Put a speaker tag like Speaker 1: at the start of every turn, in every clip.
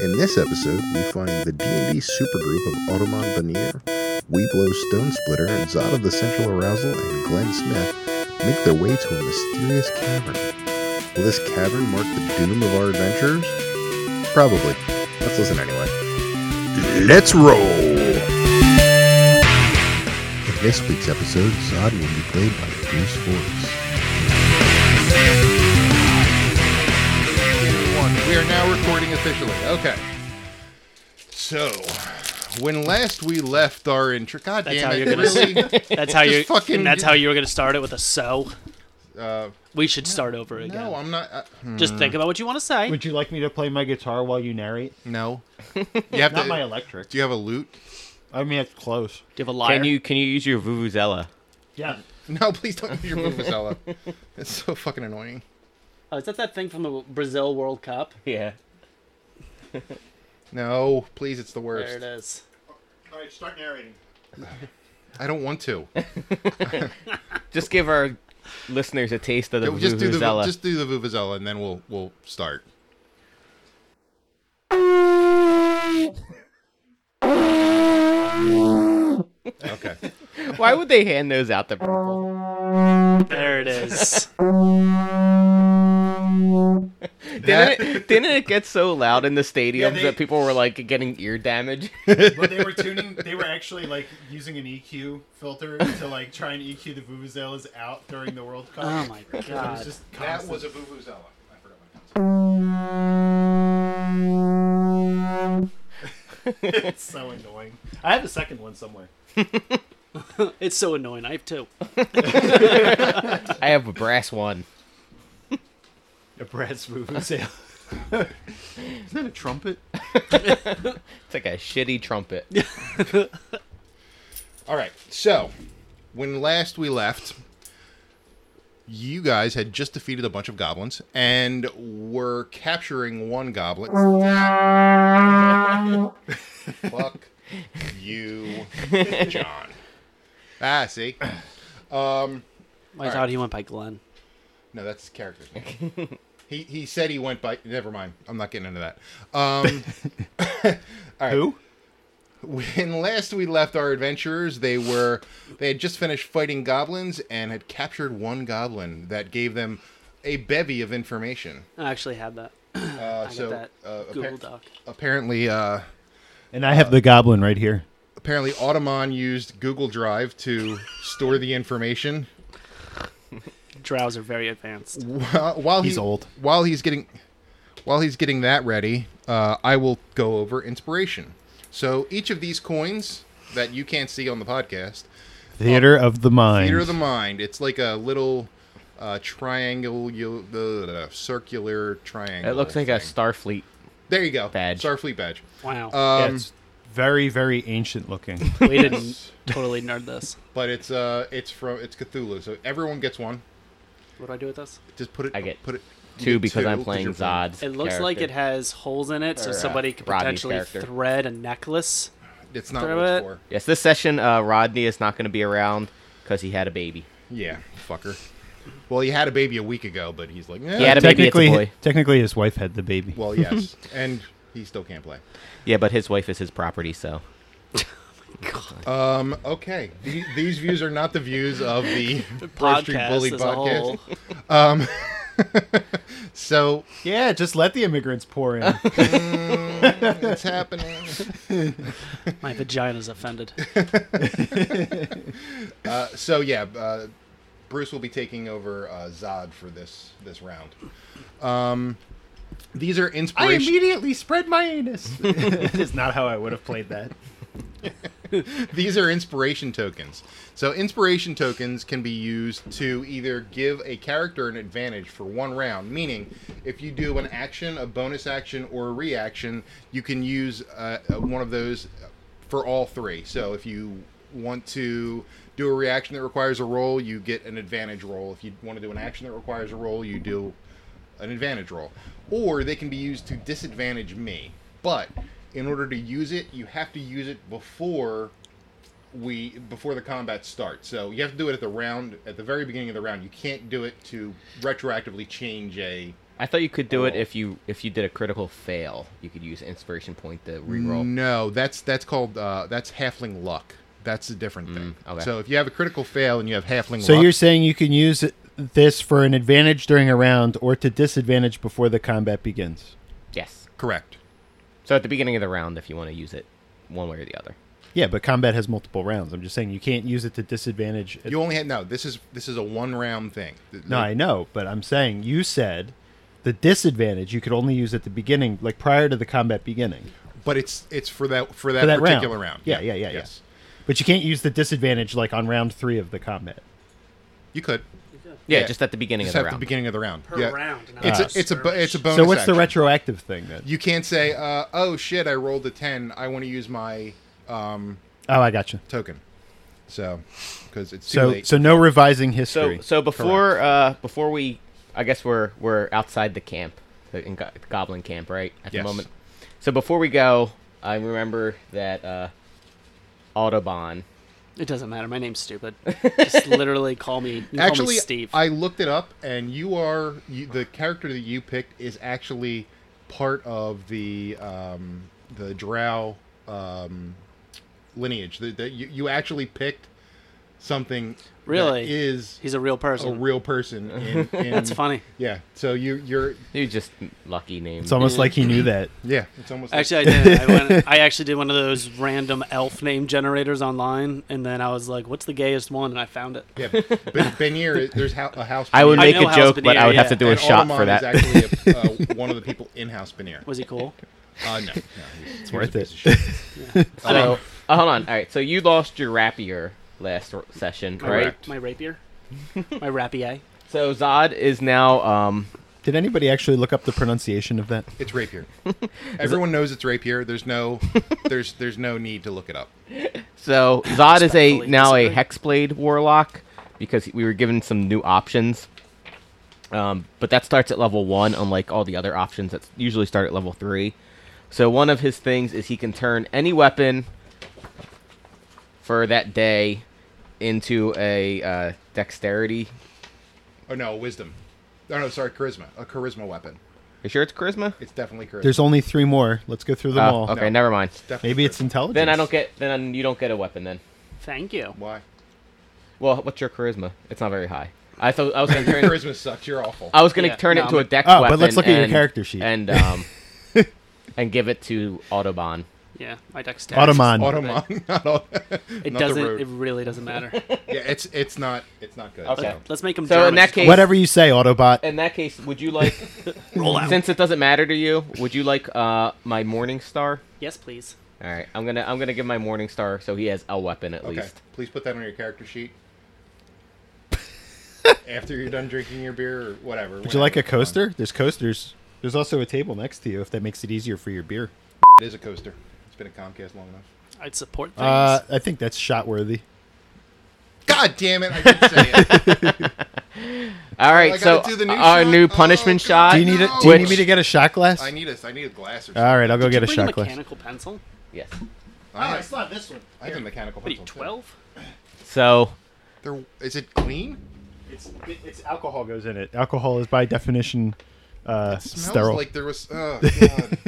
Speaker 1: this episode, we find the D&D supergroup of Ottoman Veneer, Weeblow Stone Splitter, Zod of the Central Arousal, and Glenn Smith make their way to a mysterious cavern. Will this cavern mark the doom of our adventures? Probably. Let's listen anyway. Let's roll! In this week's episode, Zod will be played by Bruce Forrest.
Speaker 2: One. We are now recording officially. Okay. So, when last we left our intro, God
Speaker 3: That's
Speaker 2: damn
Speaker 3: how
Speaker 2: it,
Speaker 3: you're gonna
Speaker 2: really?
Speaker 3: That's how you.
Speaker 2: fucking-
Speaker 3: that's how you were gonna start it with a so.
Speaker 2: uh,
Speaker 3: We should start over again.
Speaker 2: no, I'm not. Uh, hmm,
Speaker 3: Just think about what you want to say.
Speaker 4: Would you like me to play my guitar while you narrate?
Speaker 2: no. You have
Speaker 4: Not
Speaker 2: to.
Speaker 4: my electric.
Speaker 2: do you have a lute?
Speaker 4: I mean, it's close.
Speaker 3: Do you have a liar?
Speaker 5: Can you can you use your vuvuzela?
Speaker 4: Yeah.
Speaker 2: No, please don't use your vuvuzela. it's so fucking annoying.
Speaker 3: Oh, is that that thing from the Brazil World Cup?
Speaker 5: Yeah.
Speaker 2: No, please, it's the
Speaker 3: There it
Speaker 2: worst.
Speaker 3: is.
Speaker 4: All right, start narrating.
Speaker 2: I don't want to.
Speaker 5: Just give our listeners a taste of the vuvuzela.
Speaker 2: just do the just do the vuvuzela, and then we'll we'll start. okay.
Speaker 5: Why would they hand those out to people?
Speaker 3: There it is.
Speaker 2: That-
Speaker 5: Didn't it, didn't it get so loud in the stadiums
Speaker 4: they-
Speaker 5: that people were like getting ear damage?
Speaker 4: But they were tuning. They were actually like using an EQ filter to like try and EQ the vuvuzelas out during the World Cup.
Speaker 3: oh my
Speaker 4: So it was
Speaker 3: god.
Speaker 4: just constant.
Speaker 2: a vuvuzela. I forgot my
Speaker 4: it's so annoying. I have a second one somewhere.
Speaker 3: It's so annoying. I have two.
Speaker 5: I have a brass one.
Speaker 4: A brass vuvuzela.
Speaker 2: Is that a trumpet?
Speaker 5: It's like a shitty trumpet.
Speaker 2: All right. So, when last we left, you guys had just defeated a bunch of goblins and were capturing one goblin. Fuck you, John. Ah, see.
Speaker 3: I thought he went by Glenn.
Speaker 2: No, that's his character's name. he he said he went by. Never mind. I'm not getting into that. Um,
Speaker 4: Who?
Speaker 2: when last we left our adventurers, they were they had just finished fighting goblins and had captured one goblin that gave them a bevy of information.
Speaker 3: I actually had that.
Speaker 2: Uh,
Speaker 3: I
Speaker 2: so
Speaker 3: got that
Speaker 2: uh,
Speaker 3: Google
Speaker 2: appar-
Speaker 3: Doc.
Speaker 2: apparently, uh,
Speaker 4: And I have the goblin right here.
Speaker 2: apparently, Automon used Google Drive to store the information
Speaker 3: Drows are very advanced.
Speaker 2: while, Uh, while
Speaker 4: He's
Speaker 2: he-
Speaker 4: old.
Speaker 2: While he's getting while he's getting that ready, uh, I will go over inspiration. So each of these coins that you can't see on the podcast
Speaker 4: Theater of the mind.
Speaker 2: Theater of the mind. It's like a little uh, triangle, you, the, the circular triangle.
Speaker 5: It looks like a
Speaker 2: thing.
Speaker 5: Starfleet.
Speaker 2: There you go.
Speaker 5: badge.
Speaker 2: Starfleet badge.
Speaker 3: Wow.
Speaker 2: Um,
Speaker 4: it's very, very ancient looking.
Speaker 3: we didn't totally nerd this.
Speaker 2: But it's uh, it's from it's Cthulhu, so everyone gets one.
Speaker 3: What do I do with this?
Speaker 2: Just put it.
Speaker 5: I get
Speaker 2: put it you
Speaker 5: Two
Speaker 2: get
Speaker 5: because
Speaker 2: two
Speaker 5: I'm playing
Speaker 2: you're playing-
Speaker 5: Zod's.
Speaker 3: It looks like it
Speaker 5: character.
Speaker 3: has holes in it, so
Speaker 5: Or, uh,
Speaker 3: somebody could
Speaker 5: Rodney's
Speaker 3: potentially
Speaker 5: character.
Speaker 3: thread a necklace.
Speaker 2: It's not
Speaker 3: Throw
Speaker 2: what it's
Speaker 3: it.
Speaker 2: for.
Speaker 5: Yes, this session uh, Rodney is not going to be around because he had a baby.
Speaker 2: Yeah, fucker. Well, he had a baby a week ago, but he's like, eh.
Speaker 5: He had a baby, it's a
Speaker 4: technically,
Speaker 5: boy.
Speaker 4: technically, his wife had the baby.
Speaker 2: Well, yes, and he still can't play.
Speaker 5: Yeah, but his wife is his property, so
Speaker 2: Um, okay, The- these views are not the views of the Broad Street
Speaker 3: Podcast
Speaker 2: Bully
Speaker 3: as a whole.
Speaker 2: podcast. So
Speaker 4: Yeah, just let the immigrants pour in.
Speaker 2: it's happening.
Speaker 3: My vagina's offended.
Speaker 2: So yeah, uh, Bruce will be taking over uh, Zod for this this round. Um, these are inspiration.
Speaker 4: immediately spread my anus. that is not how I would have played that.
Speaker 2: these are inspiration tokens. So inspiration tokens can be used to either give a character an advantage for one round, meaning if you do an action, a bonus action, or a reaction, you can use uh, uh, one of those for all three. So if you want to do a reaction that requires a roll, you get an advantage roll. If you want to do an action that requires a roll, you do an advantage roll, or they can be used to disadvantage me. But in order to use it, you have to use it before we before the combat starts. So you have to do it at the round at the very beginning of the round. You can't do it to retroactively change a
Speaker 5: I thought you could do it
Speaker 2: Oh.
Speaker 5: if you if you did a critical fail. You could use inspiration point to reroll.
Speaker 2: No, that's that's called uh, that's halfling luck. That's a different thing.
Speaker 5: Mm, okay.
Speaker 2: So if you have a critical fail and you have halfling
Speaker 6: So
Speaker 2: luck,
Speaker 6: you're saying you can use it- this for an advantage during a round or to disadvantage before the combat begins.
Speaker 5: Yes.
Speaker 2: correct.
Speaker 5: So at the beginning of the round, if you want to use it, one way or the other.
Speaker 6: Yeah, but combat has multiple rounds. I'm just saying you can't use it to disadvantage.
Speaker 2: You only had no. This is this is a one round thing. Th-
Speaker 6: no, I know, but I'm saying you said the disadvantage you could only use at the beginning, like prior to the combat beginning.
Speaker 2: but it's it's for that for that,
Speaker 6: For that
Speaker 2: particular
Speaker 6: round.
Speaker 2: round.
Speaker 6: Yeah, yeah, yeah, yeah. But you can't use the disadvantage like on round three of the combat.
Speaker 2: You could
Speaker 5: Yeah,
Speaker 2: Yeah.
Speaker 5: just at the beginning
Speaker 2: just
Speaker 5: of
Speaker 2: at
Speaker 5: the
Speaker 2: the
Speaker 5: round.
Speaker 2: beginning of the round.
Speaker 3: Per
Speaker 2: yeah.
Speaker 3: round, not
Speaker 2: It's
Speaker 3: just
Speaker 2: a, it's a
Speaker 3: per
Speaker 2: bo- it's a
Speaker 3: mission.
Speaker 2: bonus.
Speaker 6: so what's the
Speaker 2: action.
Speaker 6: retroactive thing then?
Speaker 2: You can't say, uh, "Oh shit, I rolled a ten. I want to use my um,
Speaker 6: Oh, I gotcha.
Speaker 2: token." So, because it's too
Speaker 6: So
Speaker 2: late.
Speaker 6: so no revising history.
Speaker 5: so so before uh before we, I guess we're we're outside the camp, the in go- goblin camp, right? At
Speaker 2: Yes.
Speaker 5: the moment. So before we go, I remember that uh, Autobahn.
Speaker 3: It doesn't matter. My name's stupid. Just literally call me. you can call me
Speaker 2: actually,
Speaker 3: Steve.
Speaker 2: I looked it up, and you are you, the character that you picked is actually part of the um, the Drow um, lineage. That that you, you actually picked something
Speaker 3: Really?
Speaker 2: that is
Speaker 3: He's a real
Speaker 2: a
Speaker 3: person.
Speaker 2: real person. In, in,
Speaker 3: That's funny.
Speaker 2: Yeah. So you you're
Speaker 5: You're just lucky name.
Speaker 6: it's almost like he knew that.
Speaker 2: yeah. It's almost like-
Speaker 3: Actually, I did. I, went, I actually did one of those random elf name generators online, and then I was like, "What's the gayest one?" And I found it.
Speaker 2: yeah. Ben, Benir, there's hou- a house.
Speaker 5: I would
Speaker 2: Benir.
Speaker 5: make
Speaker 3: know
Speaker 5: a
Speaker 3: House
Speaker 5: joke, but I
Speaker 3: Benir,
Speaker 5: would have
Speaker 3: yeah.
Speaker 5: to do a
Speaker 2: And
Speaker 5: shot
Speaker 2: Automon
Speaker 5: for that.
Speaker 2: Is actually a, uh, one of the people in house Benir.
Speaker 3: Was he cool?
Speaker 2: Uh, no, no, it's
Speaker 6: worth it.
Speaker 5: so, oh, hold on. All right. So you lost your rapier last r- session,
Speaker 3: My,
Speaker 5: right?
Speaker 3: ra- my rapier, my rapier.
Speaker 5: So Zod is now um
Speaker 6: Did anybody actually look up the pronunciation of that?
Speaker 2: It's rapier. Everyone knows it's rapier. There's no, there's there's no need to look it up.
Speaker 5: so Zod is a
Speaker 3: Respectfully
Speaker 5: now a
Speaker 3: disagree.
Speaker 5: hexblade warlock because we were given some new options. Um, but that starts at level one, unlike all the other options that usually start at level three. So one of his things is he can turn any weapon for that day into a uh, dexterity.
Speaker 2: Oh no, wisdom. Oh no, sorry, charisma. A charisma weapon.
Speaker 5: You sure it's charisma?
Speaker 2: It's definitely charisma.
Speaker 6: There's only three more. Let's go through them
Speaker 5: Oh,
Speaker 6: all.
Speaker 5: okay, never mind.
Speaker 2: Definitely
Speaker 6: Maybe it's
Speaker 2: charisma.
Speaker 6: intelligence.
Speaker 5: Then I don't get. Then you don't get a weapon. Then.
Speaker 3: Thank you.
Speaker 2: why
Speaker 5: Well, what's your charisma? It's not very high. I thought I was gonna turn.
Speaker 2: charisma sucks. You're awful.
Speaker 5: I was gonna
Speaker 3: Yeah,
Speaker 5: turn
Speaker 3: no,
Speaker 5: it into a
Speaker 3: I'm-
Speaker 5: dex
Speaker 6: Oh, but
Speaker 5: weapon.
Speaker 6: let's look at your
Speaker 5: and-
Speaker 6: character sheet.
Speaker 5: and um, and give it to Autobahn.
Speaker 3: Yeah, my dexterity.
Speaker 6: Automon.
Speaker 2: Automon. not all-
Speaker 3: It
Speaker 2: not the
Speaker 3: doesn't.
Speaker 2: road.
Speaker 3: It really doesn't matter.
Speaker 2: Yeah, it's it's not it's not good.
Speaker 5: Okay.
Speaker 3: Let's make him.
Speaker 5: So
Speaker 3: German.
Speaker 5: in that case,
Speaker 6: Whatever you say, Autobot.
Speaker 5: In that case, would you like? Since it doesn't matter to you, would you like uh my Morning Star?
Speaker 3: yes, please.
Speaker 5: All right, I'm gonna I'm gonna give my Morning Star so he has a weapon at
Speaker 2: Okay.
Speaker 5: least.
Speaker 2: Please put that on your character sheet. After you're done drinking your beer or whatever.
Speaker 6: Would you like a coaster? There's coasters. There's also a table next to you if that makes it easier for your beer.
Speaker 2: It is a coaster. It's been a Comcast long enough.
Speaker 3: I'd support things.
Speaker 6: Uh, I think that's shot worthy.
Speaker 2: God damn it! I did say it.
Speaker 5: All right,
Speaker 2: I
Speaker 5: so
Speaker 2: gotta do the new
Speaker 5: our
Speaker 2: shot?
Speaker 5: new
Speaker 2: Oh,
Speaker 5: punishment
Speaker 2: God.
Speaker 5: shot.
Speaker 6: Do you need it?
Speaker 2: no.
Speaker 6: Do you need
Speaker 5: Which-
Speaker 6: me to get a shot glass?
Speaker 2: I need a I need a glass or something.
Speaker 6: All right, I'll go get a
Speaker 3: Did you bring
Speaker 6: shot
Speaker 3: a
Speaker 6: glass.
Speaker 3: mechanical pencil.
Speaker 5: Yes.
Speaker 4: Oh,
Speaker 2: I
Speaker 4: I
Speaker 2: have,
Speaker 4: still have this one.
Speaker 2: I have a mechanical
Speaker 3: What are you,
Speaker 2: pencil. too.
Speaker 3: twelve?
Speaker 5: So
Speaker 2: There, is it clean?
Speaker 4: It's,
Speaker 6: It's alcohol goes in it. Alcohol is by definition uh,
Speaker 2: Smells
Speaker 6: sterile.
Speaker 2: like there was. Oh, God.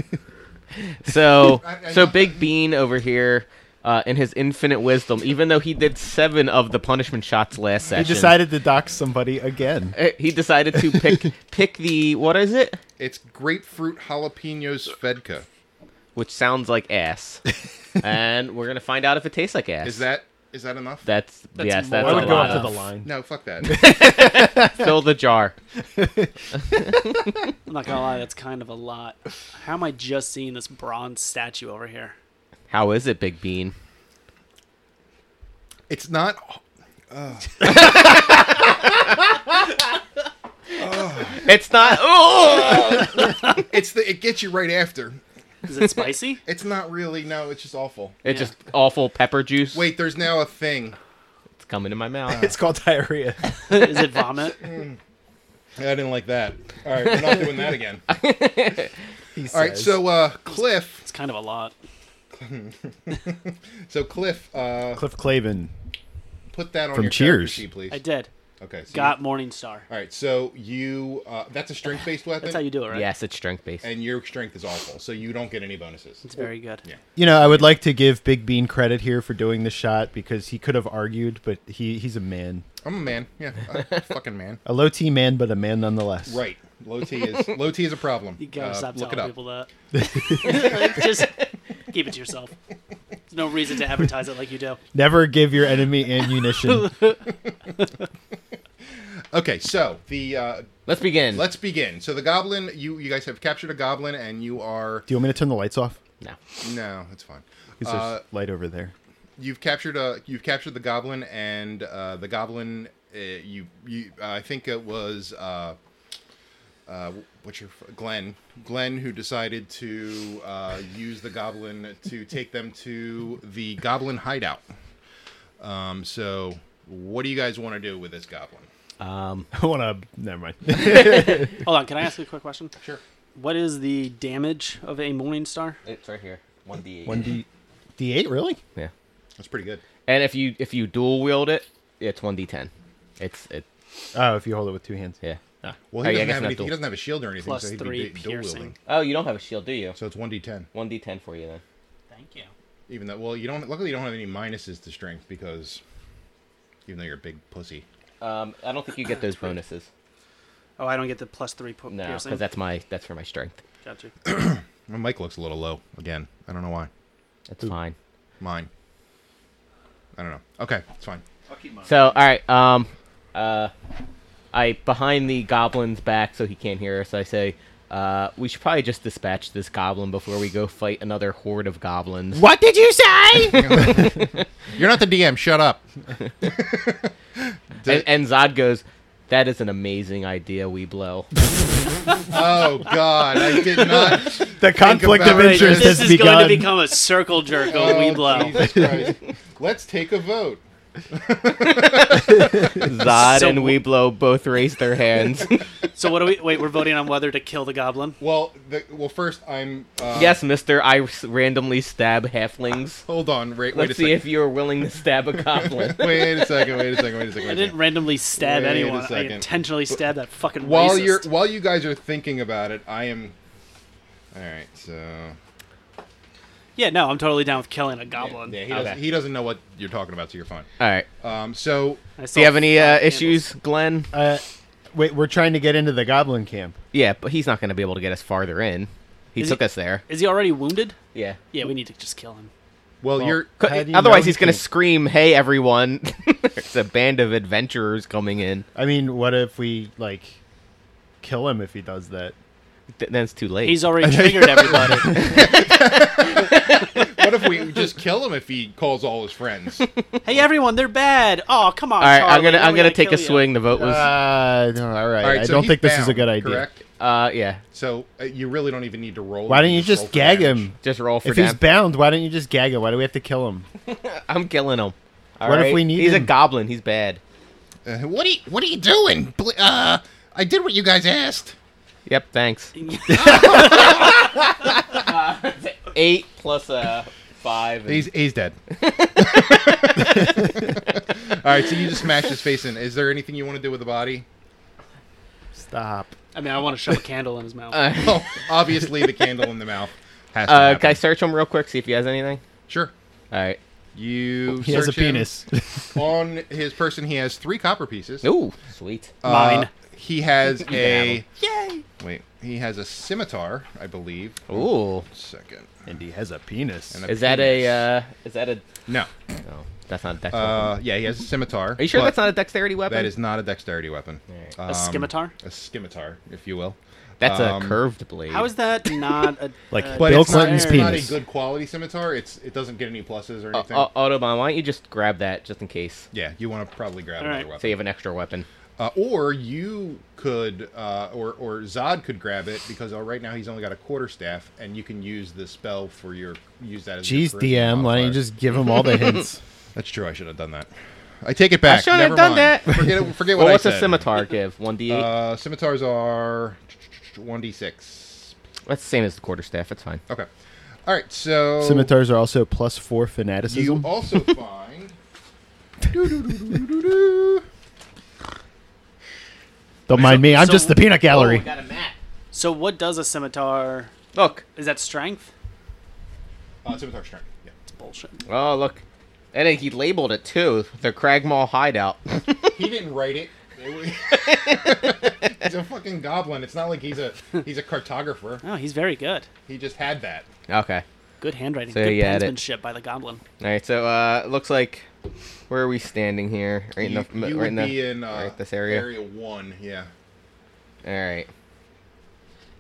Speaker 5: So,
Speaker 2: I- I
Speaker 5: so
Speaker 2: know-
Speaker 5: Big Bean over here, uh, in his infinite wisdom, even though he did seven of the punishment shots last
Speaker 6: he
Speaker 5: session,
Speaker 6: decided to dox somebody again.
Speaker 5: eh, he decided to pick pick the what is it?
Speaker 2: it's grapefruit jalapenos fedka.
Speaker 5: Which sounds like ass, and we're gonna find out if it tastes like ass.
Speaker 2: Is that is that enough?
Speaker 5: That's,
Speaker 3: That's more
Speaker 5: yes. That's
Speaker 6: I
Speaker 5: a
Speaker 6: would go
Speaker 5: lot.
Speaker 6: up to the line.
Speaker 2: no, fuck that.
Speaker 5: Fill the jar.
Speaker 3: I'm not gonna lie, that's kind of a lot. How am I just seeing this bronze statue over here?
Speaker 5: How is it, Big Bean?
Speaker 2: it's not.
Speaker 5: It's not. Oh!
Speaker 2: It's the. It gets you right after.
Speaker 3: Is it spicy?
Speaker 2: It's not really. No, it's just awful.
Speaker 5: It's
Speaker 3: Yeah.
Speaker 5: just awful pepper juice.
Speaker 2: Wait, there's now a thing.
Speaker 5: it's coming in my mouth.
Speaker 6: It's called diarrhea.
Speaker 3: Is it vomit?
Speaker 2: I didn't like that. All right, we're not doing that again. All
Speaker 6: he
Speaker 2: right,
Speaker 6: says.
Speaker 2: so uh, Cliff.
Speaker 3: It's kind of a lot.
Speaker 2: So Cliff, uh,
Speaker 6: Cliff Clavin.
Speaker 2: put that on
Speaker 6: From
Speaker 2: your character
Speaker 6: Cheers.
Speaker 2: sheet, please.
Speaker 3: I did.
Speaker 2: Okay. So
Speaker 3: Got Morningstar.
Speaker 2: You, all right. So you uh, that's a strength based weapon.
Speaker 3: That's how you do it, right?
Speaker 5: Yes, it's strength based.
Speaker 2: And your strength is awful, so you don't get any bonuses.
Speaker 3: It's very good.
Speaker 2: Yeah.
Speaker 6: You know, I would like to give Big Bean credit here for doing this shot because he could have argued, but he he's a man,
Speaker 2: I'm a man. Yeah. i fucking man.
Speaker 6: a low T man, but a man nonetheless.
Speaker 2: Right. Low T is low T is a problem.
Speaker 3: You gotta
Speaker 2: Uh,
Speaker 3: stop
Speaker 2: look it
Speaker 3: telling
Speaker 2: up.
Speaker 3: people that. Just keep it to yourself. There's no reason to advertise it like you do.
Speaker 6: Never give your enemy ammunition.
Speaker 2: Okay. So the uh,
Speaker 5: Let's begin.
Speaker 2: let's begin. So the goblin, you you guys have captured a goblin, and you are
Speaker 6: Do you want me to turn the lights off?
Speaker 5: no.
Speaker 2: no, it's fine.
Speaker 6: Because there's
Speaker 2: Uh,
Speaker 6: light over there.
Speaker 2: you've captured a you've captured the goblin and uh, the goblin uh, you you uh, I think it was uh, uh, what's your f- Glenn Glenn who decided to uh, use the goblin to take them to the goblin hideout. Um, so what do you guys want to do with this goblin?
Speaker 5: Um,
Speaker 6: I want to. Never mind.
Speaker 3: Hold on, can I ask you a quick question?
Speaker 2: Sure.
Speaker 3: What is the damage of a Morningstar?
Speaker 5: it's right here. One D.
Speaker 6: One D, D eight really?
Speaker 5: Yeah.
Speaker 2: That's pretty good.
Speaker 5: And if you if you dual wield it, it's one D ten. It's it.
Speaker 6: Oh, if you hold it with two hands.
Speaker 5: Yeah.
Speaker 2: Well,
Speaker 5: Oh,
Speaker 2: he,
Speaker 5: yeah, I
Speaker 2: doesn't
Speaker 5: guess
Speaker 2: have
Speaker 5: not
Speaker 2: anything, he
Speaker 5: dual.
Speaker 2: doesn't have a shield or anything,
Speaker 3: Plus
Speaker 2: so he'd
Speaker 3: three
Speaker 2: be d- dual wielding.
Speaker 3: piercing.
Speaker 5: Oh, you don't have a shield, do you?
Speaker 2: So it's one d ten.
Speaker 5: One D ten for you then.
Speaker 3: Thank you.
Speaker 2: Even though, well, you don't. Luckily, you don't have any minuses to strength because, even though you're a big pussy.
Speaker 5: Um, I don't think you get those bonuses.
Speaker 3: Oh, I don't get the plus three po-
Speaker 5: No,
Speaker 3: piercing.
Speaker 5: because that's my that's for my strength.
Speaker 3: Gotcha.
Speaker 2: My mic looks a little low again. I don't know why.
Speaker 5: That's fine.
Speaker 2: Mine. I don't know. Okay, it's fine.
Speaker 4: I'll keep mine.
Speaker 5: So all right. Um, uh, I behind the goblin's back so he can't hear us. I say, uh, we should probably just dispatch this goblin before we go fight another horde of goblins.
Speaker 6: What did you say?
Speaker 2: You're not the DM. Shut up.
Speaker 5: And, and Zod goes, "That is an amazing idea, we blow."
Speaker 2: Oh God, I did not.
Speaker 6: the conflict
Speaker 2: about
Speaker 6: of
Speaker 2: it.
Speaker 6: interest
Speaker 3: this
Speaker 6: has
Speaker 3: is
Speaker 6: begun.
Speaker 3: going to become a circle jerk on
Speaker 2: Oh,
Speaker 3: we blow.
Speaker 2: Jesus Christ. Let's take a vote.
Speaker 5: Zod
Speaker 3: So-
Speaker 5: and we blow both raise their hands.
Speaker 3: So what do we? Wait, we're voting on whether to kill the goblin.
Speaker 2: Well, the, well, first I'm. Uh,
Speaker 5: yes, Mister, I s- randomly stab halflings.
Speaker 2: Hold on. Wait, wait a
Speaker 5: Let's see
Speaker 2: second.
Speaker 5: if you're willing to stab a goblin.
Speaker 2: Wait a second. Wait a second. Wait a second.
Speaker 3: I
Speaker 2: Wait a
Speaker 3: didn't
Speaker 2: second.
Speaker 3: randomly stab
Speaker 2: Wait a
Speaker 3: anyone. I
Speaker 2: second.
Speaker 3: intentionally stabbed that fucking
Speaker 2: While
Speaker 3: racist.
Speaker 2: you're while you guys are thinking about it, I am. All right. So.
Speaker 3: Yeah, no, I'm totally down with killing a goblin.
Speaker 2: Yeah, he, doesn't,
Speaker 5: Okay.
Speaker 2: he doesn't know what you're talking about, so you're fine.
Speaker 5: All right.
Speaker 2: Um. So.
Speaker 3: I
Speaker 5: Do you have
Speaker 3: saw
Speaker 5: any uh,
Speaker 3: five candles.
Speaker 5: issues, Glenn?
Speaker 6: uh, wait, we're trying to get into the goblin camp.
Speaker 5: Yeah, but he's not going to be able to get us farther in. He
Speaker 3: Is
Speaker 5: took
Speaker 3: he-
Speaker 5: us there.
Speaker 3: Is he already wounded?
Speaker 5: Yeah.
Speaker 3: Yeah, we need to just kill him.
Speaker 2: Well, you're.
Speaker 6: How do you know
Speaker 5: Otherwise,
Speaker 6: he
Speaker 5: he's going to
Speaker 6: can't?
Speaker 5: scream, "Hey, everyone! it's a band of adventurers coming in."
Speaker 6: I mean, what if we like kill him if he does that?
Speaker 5: Th- then it's too late.
Speaker 3: He's already triggered everybody.
Speaker 2: What if we just kill him if he calls all his friends?
Speaker 3: hey, everyone, they're bad. Oh, come on.
Speaker 5: All right. I'm
Speaker 3: Charlie,
Speaker 5: gonna
Speaker 3: now
Speaker 5: I'm
Speaker 3: we
Speaker 5: gonna
Speaker 3: gotta
Speaker 5: take a
Speaker 3: kill you.
Speaker 5: swing. The vote was. Uh,
Speaker 6: Uh, no, all right.
Speaker 2: All right,
Speaker 6: I
Speaker 2: so
Speaker 6: don't
Speaker 2: he's
Speaker 6: think this is a
Speaker 2: bound,
Speaker 6: good idea.
Speaker 2: Correct.
Speaker 5: yeah.
Speaker 2: So uh, you really don't even need to roll.
Speaker 6: Why don't you
Speaker 2: roll
Speaker 6: just
Speaker 2: for
Speaker 6: gag
Speaker 2: damage.
Speaker 6: him?
Speaker 5: Just roll for
Speaker 6: If he's
Speaker 5: that.
Speaker 6: bound, why don't you just gag him? Why do we have to kill him?
Speaker 5: I'm killing him. All
Speaker 6: What if
Speaker 5: right?
Speaker 6: we need
Speaker 5: He's a
Speaker 6: him?
Speaker 5: goblin. He's bad.
Speaker 2: Uh, what are you, What are you doing? Bl- Uh, I did what you guys asked.
Speaker 5: Yep. Thanks. Eight plus uh five. and-
Speaker 2: He's he's dead. all right, so you just smash his face in. Is there anything you want to do with the body?
Speaker 6: Stop.
Speaker 3: I mean, I want to shove a candle in his mouth.
Speaker 2: Oh, obviously the candle in the mouth has to
Speaker 5: uh,
Speaker 2: happen.
Speaker 5: can I search him real quick? See if he has anything.
Speaker 2: Sure.
Speaker 5: All right.
Speaker 2: You
Speaker 6: He has a
Speaker 2: search him.
Speaker 6: penis.
Speaker 2: on his person. He has three copper pieces.
Speaker 5: Ooh, sweet.
Speaker 2: Uh,
Speaker 3: Mine.
Speaker 2: He has a
Speaker 5: Yay.
Speaker 2: wait. He has a scimitar, I believe.
Speaker 6: Oh.
Speaker 5: Ooh.
Speaker 2: Second.
Speaker 6: and he has a penis.
Speaker 2: And
Speaker 5: Is that a? Uh, is that a?
Speaker 2: No.
Speaker 5: No, that's not a dex weapon.
Speaker 2: Uh, yeah, he has a scimitar.
Speaker 5: Are you sure
Speaker 2: but
Speaker 5: that's not a dexterity weapon?
Speaker 2: That is not a dexterity weapon. Um,
Speaker 5: Alright.
Speaker 3: a scimitar?
Speaker 2: A scimitar, if you will.
Speaker 5: That's
Speaker 2: um,
Speaker 5: a curved blade.
Speaker 3: How is that not a.
Speaker 6: Like,
Speaker 3: a
Speaker 2: But
Speaker 6: Bill
Speaker 2: it's, not,
Speaker 6: Clinton's
Speaker 2: it's
Speaker 3: dexterity?
Speaker 2: not a
Speaker 6: penis.
Speaker 2: good quality scimitar. It's it doesn't get any pluses or
Speaker 5: Uh,
Speaker 2: anything.
Speaker 5: uh, Autobahn, why don't you just grab that just in case?
Speaker 2: yeah, you want to probably grab
Speaker 3: Alright.
Speaker 2: another
Speaker 5: So
Speaker 2: weapon.
Speaker 5: you have an extra weapon.
Speaker 2: Uh, or you could, uh, or or Zod could grab it because uh, right now he's only got a quarter staff, and you can use the spell for your use that as. your
Speaker 6: Jeez,
Speaker 2: charisma
Speaker 6: DM, why don't you
Speaker 2: modifier.
Speaker 6: just give him all the hints?
Speaker 2: That's true. I should have done that. I take it back.
Speaker 5: should have
Speaker 2: Never
Speaker 5: done
Speaker 2: mind.
Speaker 5: that.
Speaker 2: Forget it. Forget what
Speaker 5: Well,
Speaker 2: I
Speaker 5: what's
Speaker 2: said.
Speaker 5: a scimitar give? 1d8?
Speaker 2: Uh, scimitars are one d six.
Speaker 5: that's the same as the quarterstaff. It's fine.
Speaker 2: Okay. All right. So
Speaker 6: Scimitars are also plus four
Speaker 2: You
Speaker 6: fanaticism.
Speaker 2: also find.
Speaker 6: Don't mind me. I'm
Speaker 3: so-
Speaker 6: just the peanut gallery.
Speaker 5: got a mat.
Speaker 3: So what does a scimitar?
Speaker 5: Look.
Speaker 3: Is that strength?
Speaker 2: Uh, Scimitar Strength. Yeah.
Speaker 3: It's bullshit.
Speaker 5: Oh, look. And then he labeled it too. The Cragmaw Hideout.
Speaker 2: He didn't write it. It was- he's a fucking goblin. It's not like he's a he's a cartographer.
Speaker 3: Oh, he's very good.
Speaker 2: He just had that.
Speaker 5: okay.
Speaker 3: Good handwriting.
Speaker 5: So
Speaker 3: good
Speaker 5: he had it.
Speaker 3: penmanship by the goblin.
Speaker 5: All right. So uh, it looks like where are we standing here? Right
Speaker 2: you
Speaker 5: in the
Speaker 2: you
Speaker 5: right in
Speaker 2: would
Speaker 5: the
Speaker 2: be in uh,
Speaker 5: right this area.
Speaker 2: Area one. Yeah.
Speaker 5: All right.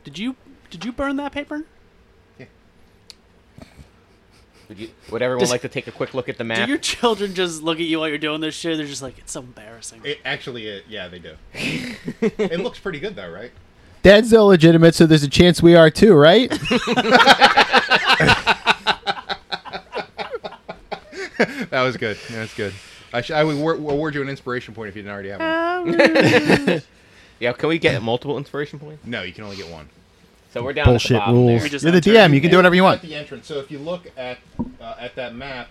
Speaker 3: Did you did you burn that paper?
Speaker 5: Would you, would everyone
Speaker 3: Does-
Speaker 5: like to take a quick look at the
Speaker 3: Do
Speaker 5: map?
Speaker 3: your children just look at you while you're doing this shit? They're just like, it's so embarrassing.
Speaker 2: It actually. It, yeah, they do. it looks pretty good though, right?
Speaker 6: Dad's illegitimate, so there's a chance we are too, right?
Speaker 2: That was good. That's good. I, sh- I would award, award you an inspiration point if you didn't already have
Speaker 5: Uh.
Speaker 2: one.
Speaker 5: yeah. Can we get multiple inspiration points?
Speaker 2: No, you can only get one.
Speaker 5: So we're down at the
Speaker 6: Bullshit
Speaker 5: bottom
Speaker 6: rules.
Speaker 5: there.
Speaker 3: just
Speaker 6: You're the
Speaker 3: enter.
Speaker 6: DM. You can do whatever you
Speaker 2: At
Speaker 6: want.
Speaker 2: the entrance. So if you look at uh, at that map,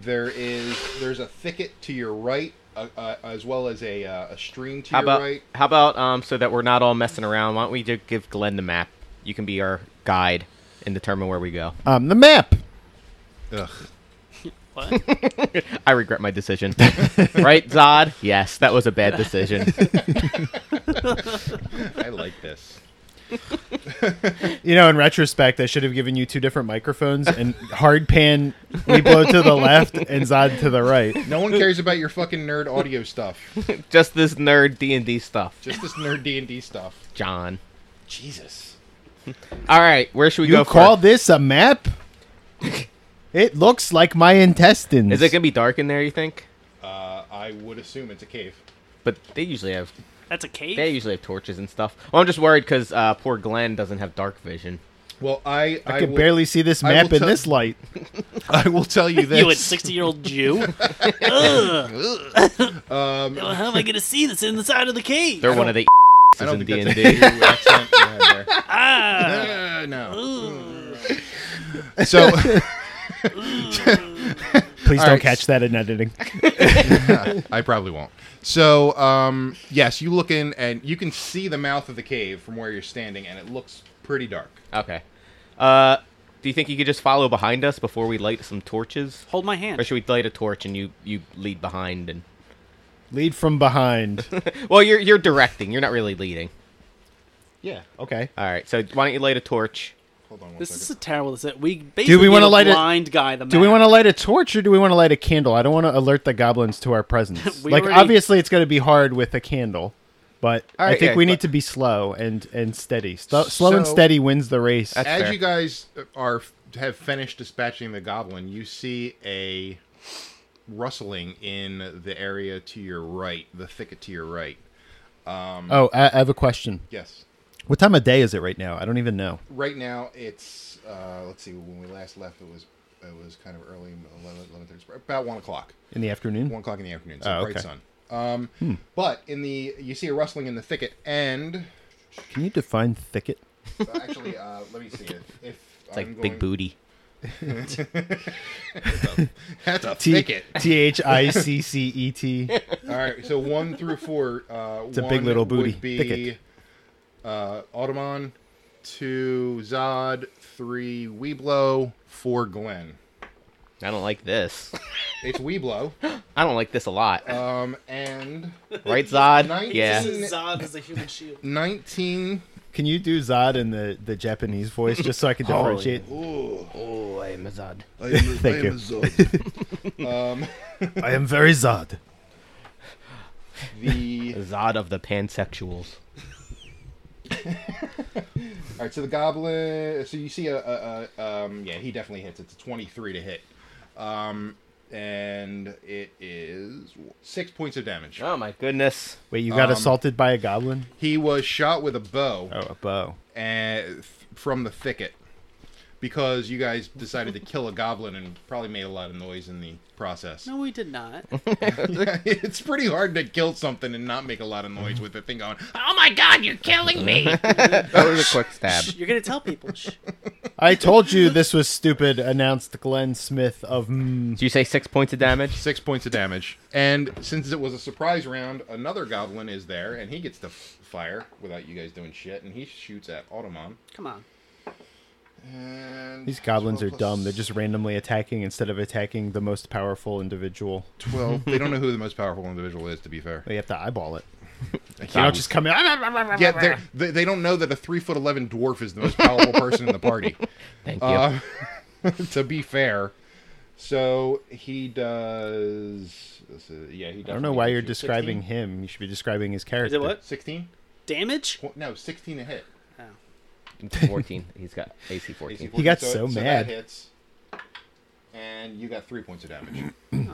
Speaker 2: there is there's a thicket to your right, uh, uh, as well as a uh, a stream to
Speaker 5: How
Speaker 2: your
Speaker 5: about
Speaker 2: right.
Speaker 5: how about um so that we're not all messing around? Why don't we just give Glenn the map? You can be our guide and determine where we go.
Speaker 6: Um, the map.
Speaker 2: Ugh.
Speaker 3: What?
Speaker 5: I regret my decision. right, Zod? Yes, that was a bad decision.
Speaker 2: I like this.
Speaker 6: You know, in retrospect, I should have given you two different microphones and hard pan. We blow to the left and Zod to the right.
Speaker 2: No one cares about your fucking nerd audio stuff.
Speaker 5: Just this nerd D and D stuff,
Speaker 2: Just this nerd D and D stuff.
Speaker 5: John.
Speaker 2: Jesus.
Speaker 5: All right, where should we
Speaker 6: You
Speaker 5: go?
Speaker 6: call
Speaker 5: first?
Speaker 6: this a map? It looks like my intestines.
Speaker 5: Is it gonna be dark in there? You think?
Speaker 2: Uh, I would assume it's a cave.
Speaker 5: But they usually have
Speaker 3: That's a cave.
Speaker 5: they usually have torches and stuff. Well, I'm just worried because uh, poor Glenn doesn't have dark vision.
Speaker 2: Well, I
Speaker 6: I could
Speaker 2: will-
Speaker 6: barely see this
Speaker 2: I
Speaker 6: map
Speaker 2: will
Speaker 6: in
Speaker 2: tell-
Speaker 6: this light.
Speaker 2: I will tell you this.
Speaker 3: you a sixty-year-old Jew? Ugh.
Speaker 2: um,
Speaker 3: Well, how am I gonna see this in the side of the cave?
Speaker 5: They're one of the
Speaker 2: I
Speaker 5: in
Speaker 2: don't
Speaker 5: D
Speaker 2: think
Speaker 5: and
Speaker 2: that's
Speaker 5: D.
Speaker 2: a Jew accent you had there.
Speaker 3: ah.
Speaker 2: Uh, no.
Speaker 3: Ugh.
Speaker 2: So
Speaker 6: Please
Speaker 2: All
Speaker 6: don't
Speaker 2: right.
Speaker 6: catch that in editing.
Speaker 2: I probably won't. So, um, yes, you look in and you can see the mouth of the cave from where you're standing, and it looks pretty dark.
Speaker 5: Okay. Uh, do you think you could just follow behind us before we light some torches,
Speaker 3: Hold my
Speaker 5: or
Speaker 3: hand.
Speaker 5: should we light a torch and you you lead behind and?
Speaker 6: Lead from behind.
Speaker 5: Well, you're you're directing. You're not really leading.
Speaker 6: Yeah. Okay.
Speaker 5: All right. So why don't you light a torch?
Speaker 2: Hold on one
Speaker 3: This
Speaker 2: second.
Speaker 3: is a terrible. This we basically
Speaker 6: we
Speaker 3: want
Speaker 6: wanna
Speaker 3: to
Speaker 6: light it-
Speaker 3: blind guy the
Speaker 6: Do we
Speaker 3: map.
Speaker 6: want to light a torch or do we want to light a candle? I don't want to alert the goblins to our presence.
Speaker 3: We
Speaker 6: like
Speaker 3: already-
Speaker 6: obviously it's going to be hard with a candle, but
Speaker 5: All
Speaker 6: I
Speaker 5: right,
Speaker 6: think
Speaker 5: yeah,
Speaker 6: we need
Speaker 5: but-
Speaker 6: to be slow and and steady. Sto- slow and
Speaker 2: So-
Speaker 6: steady wins the race.
Speaker 5: That's-
Speaker 2: As
Speaker 5: fair.
Speaker 2: you guys are have finished dispatching the goblin, you see a rustling in the area to your right, the thicket to your right.
Speaker 6: oh, I, I have a question.
Speaker 2: Yes.
Speaker 6: What time of day is it right now? I don't even know.
Speaker 2: Right now, it's uh, let's see. When we last left, it was it was kind of early, 11, 11:30, about one o'clock.
Speaker 6: In the afternoon.
Speaker 2: one o'clock in the afternoon. So
Speaker 6: Oh,
Speaker 2: bright
Speaker 6: okay. Hmm.
Speaker 2: sun. Um, But in the you see a rustling in the thicket, and
Speaker 6: Can you define thicket?
Speaker 2: uh, actually, uh, let me see if, if
Speaker 5: It's like
Speaker 2: I'm
Speaker 5: big
Speaker 2: going-
Speaker 5: booty.
Speaker 2: That's a
Speaker 6: T-
Speaker 2: thicket.
Speaker 6: T H I C C E T.
Speaker 2: All right, so one through four. Uh,
Speaker 6: a
Speaker 2: one
Speaker 6: big little booty
Speaker 2: Would be
Speaker 6: thicket.
Speaker 2: Uh, Audemon, two Zod, three Weeblo, four Glen.
Speaker 5: I don't like this.
Speaker 2: It's Weeblo,
Speaker 5: I don't like this a lot.
Speaker 2: um, and
Speaker 5: right, Zod?
Speaker 2: Nineteen.
Speaker 5: Yeah.
Speaker 3: This is Zod as a human shield.
Speaker 2: nineteen.
Speaker 6: Can you do Zod in the, the Japanese voice just so I can differentiate?
Speaker 5: Oh, I am a Zod.
Speaker 6: Thank you.
Speaker 2: Um,
Speaker 6: I am very Zod.
Speaker 2: the
Speaker 5: Zod of the pansexuals.
Speaker 2: All right, so the goblin. So you see a, a, a um, yeah, he definitely hits. It's a twenty-three to hit, um, and it is six points of damage.
Speaker 5: Oh my goodness.
Speaker 6: Wait, you
Speaker 2: Um,
Speaker 6: got assaulted by a goblin?
Speaker 2: He was shot with a bow
Speaker 6: Oh, a bow.
Speaker 2: and, from the thicket because you guys decided to kill a goblin and probably made a lot of noise in the process.
Speaker 3: No, we did not.
Speaker 2: it's pretty hard to kill something and not make a lot of noise with the thing going, "Oh my god, you're killing me!"
Speaker 5: That was a quick stab.
Speaker 3: Shh, You're gonna tell people. Shh.
Speaker 6: I told you this was stupid, announced Glenn Smith of. Mm.
Speaker 5: Did you say six points of damage?
Speaker 2: Six points of damage. And since it was a surprise round, another goblin is there, and he gets to f- fire without you guys doing shit, and he shoots at Automon.
Speaker 3: Come on.
Speaker 2: And
Speaker 6: These goblins are
Speaker 2: 12 plus
Speaker 6: dumb. They're just randomly attacking instead of attacking the most powerful individual.
Speaker 2: twelve. they don't know who the most powerful individual is. To be fair,
Speaker 6: They have to eyeball it. They don't just come in.
Speaker 2: yeah, they're- they they don't know that a three foot eleven dwarf is the most powerful person in the party.
Speaker 5: Thank you.
Speaker 2: Uh, to be fair, so he does. This is, yeah, he.
Speaker 6: I don't know why you're describing
Speaker 2: him.
Speaker 6: him. You should be describing his character.
Speaker 3: Is it what?
Speaker 2: Sixteen?
Speaker 3: Damage?
Speaker 2: No, sixteen a hit.
Speaker 3: Oh.
Speaker 5: 14. He's got AC 14.
Speaker 6: He got so
Speaker 2: that
Speaker 6: mad.
Speaker 2: hits, and you got three points of damage.
Speaker 5: Do you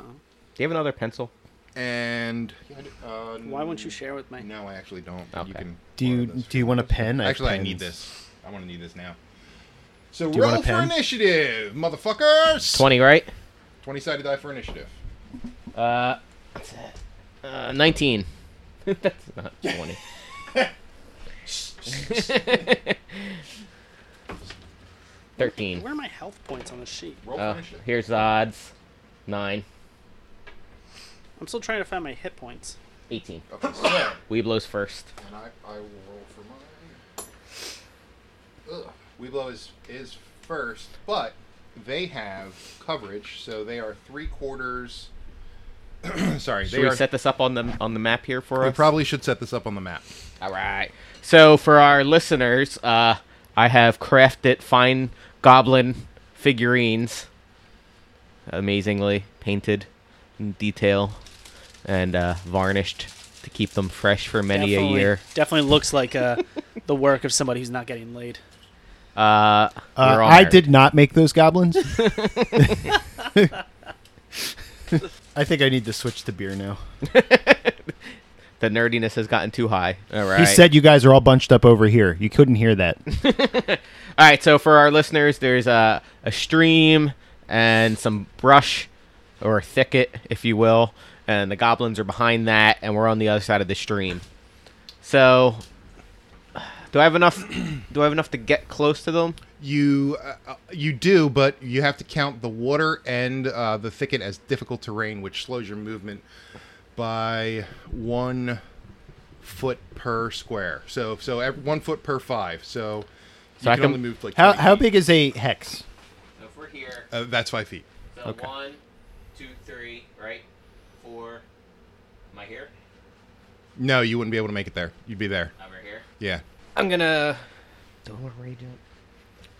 Speaker 5: have another pencil?
Speaker 2: and uh,
Speaker 3: Why won't you share with me?
Speaker 2: No, I actually don't.
Speaker 5: Okay.
Speaker 2: You can.
Speaker 6: Do you
Speaker 2: borrow this
Speaker 6: do you
Speaker 2: from-
Speaker 6: want a pen? have
Speaker 2: Oh, Actually, I need
Speaker 6: pens.
Speaker 2: this. I want to need this now. So
Speaker 6: Do you want
Speaker 2: roll
Speaker 6: a
Speaker 2: for
Speaker 6: pen?
Speaker 2: initiative, motherfuckers.
Speaker 5: 20, right?
Speaker 2: Twenty sided die for initiative.
Speaker 5: Uh, uh 19. That's not 20. Thirteen.
Speaker 3: Where are my health points on the sheet?
Speaker 2: Roll for
Speaker 5: Uh,
Speaker 2: initiative.
Speaker 5: here's the odds. Nine.
Speaker 3: I'm still trying to find my hit points.
Speaker 5: 18.
Speaker 2: Okay, so
Speaker 5: Weeblows first.
Speaker 2: and I, I will roll for mine. Ugh. Weeblow is is first, but they have coverage, so they are three quarters. Sorry,
Speaker 5: Should
Speaker 2: they
Speaker 5: we
Speaker 2: are.
Speaker 5: set this up on the on the map here for
Speaker 2: we
Speaker 5: us?
Speaker 2: probably should set this up on the map.
Speaker 5: All right. So for our listeners, uh, I have crafted fine goblin figurines, amazingly painted in detail and uh, varnished to keep them fresh for many
Speaker 3: definitely,
Speaker 5: a year.
Speaker 3: Definitely looks like uh, the work of somebody who's not getting laid.
Speaker 5: Uh,
Speaker 6: Uh,
Speaker 5: we're all
Speaker 6: I
Speaker 5: married.
Speaker 6: did not make those goblins. I think I need to switch to beer now.
Speaker 5: The nerdiness has gotten too high. All right.
Speaker 6: He said you guys are all bunched up over here. You couldn't hear that.
Speaker 5: All right, so for our listeners, there's a, a stream and some brush or a thicket, if you will, and the goblins are behind that, and we're on the other side of the stream. So, do I have enough? Do I have enough to get close to them?
Speaker 2: You uh, uh, you do, but you have to count the water and uh, the thicket as difficult terrain, which slows your movement by one foot per square. So so every, one foot per five. So you
Speaker 5: I
Speaker 2: can,
Speaker 5: can-
Speaker 2: only move like
Speaker 6: How
Speaker 2: 20
Speaker 6: how
Speaker 2: feet.
Speaker 6: big is a hex?
Speaker 5: So if we're here,
Speaker 2: Uh, that's five feet.
Speaker 5: so one, two, three, right, four. Am I here?
Speaker 2: No, you wouldn't be able to make it there. You'd be there.
Speaker 5: Over here.
Speaker 2: Yeah.
Speaker 5: I'm gonna. Do I want to rage yet?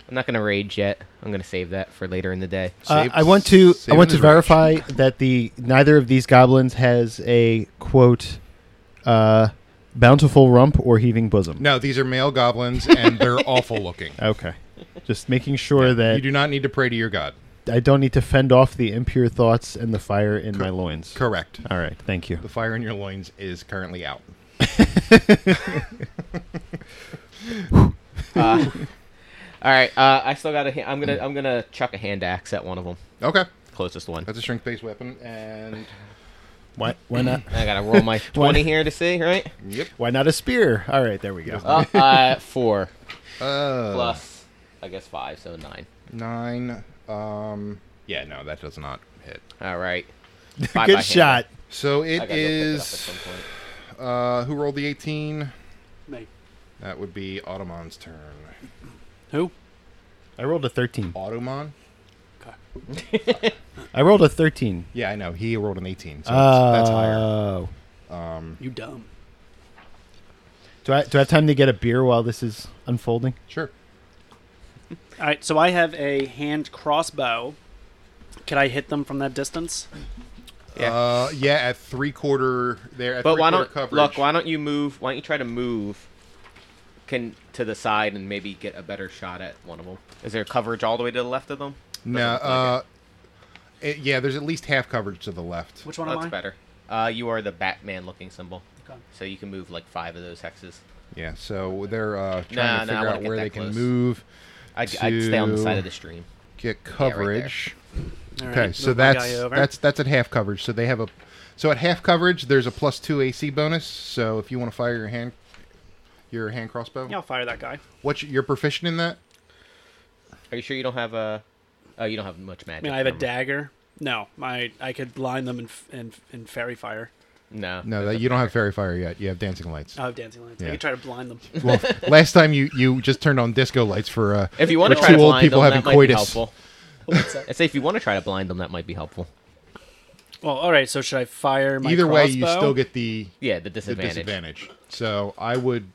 Speaker 5: I'm not gonna rage yet. I'm gonna save that for later in the day.
Speaker 6: Uh,
Speaker 2: Save-
Speaker 6: I want to
Speaker 2: save
Speaker 6: I want
Speaker 2: it
Speaker 6: to
Speaker 2: as range.
Speaker 6: verify that the neither of these goblins has a quote uh, bountiful rump or heaving bosom.
Speaker 2: No, these are male goblins, and they're awful looking.
Speaker 6: Okay. Just making sure
Speaker 2: You
Speaker 6: that
Speaker 2: do not need to pray to your god.
Speaker 6: I don't need to fend off the impure thoughts and the fire in my loins.
Speaker 2: Correct.
Speaker 6: All right, thank you.
Speaker 2: The fire in your loins is currently out.
Speaker 5: Uh, all right, uh, I still got a. Ha- I'm gonna. I'm gonna chuck a hand axe at one of them.
Speaker 2: Okay,
Speaker 5: Closest one.
Speaker 2: that's a shrink-based weapon, and
Speaker 6: Why why not
Speaker 5: I gotta roll my twenty here to see. Right.
Speaker 2: yep.
Speaker 6: why not a spear? All right, there we go.
Speaker 5: Oh, uh, four
Speaker 2: Uh,
Speaker 5: plus. I guess five, so nine.
Speaker 2: Nine. Um. Yeah. No, that does not hit.
Speaker 5: All right. Bye-bye,
Speaker 6: Good
Speaker 5: hand
Speaker 6: shot.
Speaker 5: axe.
Speaker 2: So
Speaker 5: I gotta
Speaker 2: it
Speaker 5: go pick it up at
Speaker 2: is.
Speaker 5: some point.
Speaker 2: uh, who rolled the eighteen?
Speaker 3: Me.
Speaker 2: That would be Automon's turn.
Speaker 3: Who?
Speaker 6: I rolled a 13.
Speaker 2: Automon?
Speaker 5: Hmm.
Speaker 6: I rolled a 13.
Speaker 2: Yeah, I know. He rolled an eighteen. So
Speaker 6: oh.
Speaker 2: it's- that's higher.
Speaker 3: You dumb.
Speaker 6: Do I do I have time to get a beer while this is unfolding?
Speaker 2: Sure.
Speaker 3: All right, so I have a hand crossbow. Can I hit them from that distance?
Speaker 5: Yeah.
Speaker 2: Uh, yeah, at three quarter there. At
Speaker 5: But
Speaker 2: three
Speaker 5: why
Speaker 2: quarter
Speaker 5: don't
Speaker 2: coverage.
Speaker 5: look? Why don't you move? Why don't you try to move? Can to the side and maybe get a better shot at one of them. Is there coverage all the way to the left of them?
Speaker 2: No.
Speaker 5: Doesn't look like
Speaker 2: Uh, it- yeah, there's at least half coverage to the left.
Speaker 3: Which one
Speaker 5: That's
Speaker 3: am I?
Speaker 5: better. Uh, you are the Batman looking symbol,
Speaker 3: Okay.
Speaker 5: so you can move like five of those hexes.
Speaker 2: Yeah, so they're uh, trying
Speaker 5: Nah,
Speaker 2: to
Speaker 5: nah, I
Speaker 2: figure
Speaker 5: wanna
Speaker 2: out
Speaker 5: get
Speaker 2: where
Speaker 5: that
Speaker 2: they can
Speaker 5: close.
Speaker 2: move.
Speaker 5: I'd, I'd stay on the side of the stream.
Speaker 2: Get
Speaker 5: right there.
Speaker 2: coverage.
Speaker 3: All right,
Speaker 2: okay, so
Speaker 3: move my guy
Speaker 2: that's
Speaker 3: over.
Speaker 2: that's that's at half coverage. So they have a so at half coverage there's a plus two AC bonus. So if you want to fire your hand your hand crossbow,
Speaker 3: Yeah, I'll fire that guy.
Speaker 2: what's your, you're proficient in that?
Speaker 5: Are you sure you don't have a? Oh, you don't have much
Speaker 3: I
Speaker 5: magic.
Speaker 3: mean, I have a
Speaker 5: never mind.
Speaker 3: dagger. No, my I could line them in f- in, in fairy fire.
Speaker 5: No,
Speaker 2: No, that, you don't have fairy fire yet. You have dancing lights.
Speaker 3: I have dancing lights.
Speaker 2: Yeah.
Speaker 3: I could try to blind them.
Speaker 2: well, last time you you just turned on disco lights for uh
Speaker 5: If you want to
Speaker 2: for
Speaker 5: try
Speaker 2: two
Speaker 5: to
Speaker 2: old
Speaker 5: blind
Speaker 2: people
Speaker 5: them,
Speaker 2: having
Speaker 5: that
Speaker 2: coitus.
Speaker 5: might be helpful. I say if you want to try to blind them, that might be helpful.
Speaker 3: Well, all right. So should I fire my
Speaker 2: Either way, you
Speaker 3: crossbow?
Speaker 2: still get the
Speaker 5: Yeah, the
Speaker 2: the
Speaker 5: disadvantage.
Speaker 2: disadvantage. So I would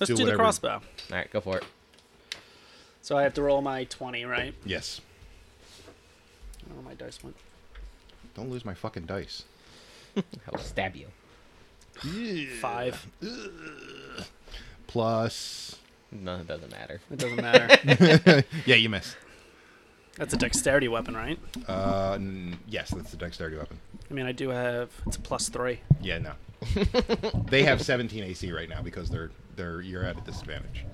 Speaker 3: Let's
Speaker 2: do
Speaker 3: do, the
Speaker 2: whatever-
Speaker 3: crossbow.
Speaker 5: All right, go for it.
Speaker 3: So I have to roll my twenty, right?
Speaker 2: yes.
Speaker 3: Oh, my dice went.
Speaker 2: Don't lose my fucking dice.
Speaker 5: I'll stab you.
Speaker 3: Five.
Speaker 2: Plus,
Speaker 5: No, it doesn't matter.
Speaker 3: It doesn't matter.
Speaker 2: yeah, you missed.
Speaker 3: That's a dexterity weapon, right?
Speaker 2: Uh, n- yes, that's the dexterity weapon.
Speaker 3: I mean, I do have. It's a plus three.
Speaker 2: Yeah, no. they have 17 AC right now because they're they're you're at a disadvantage.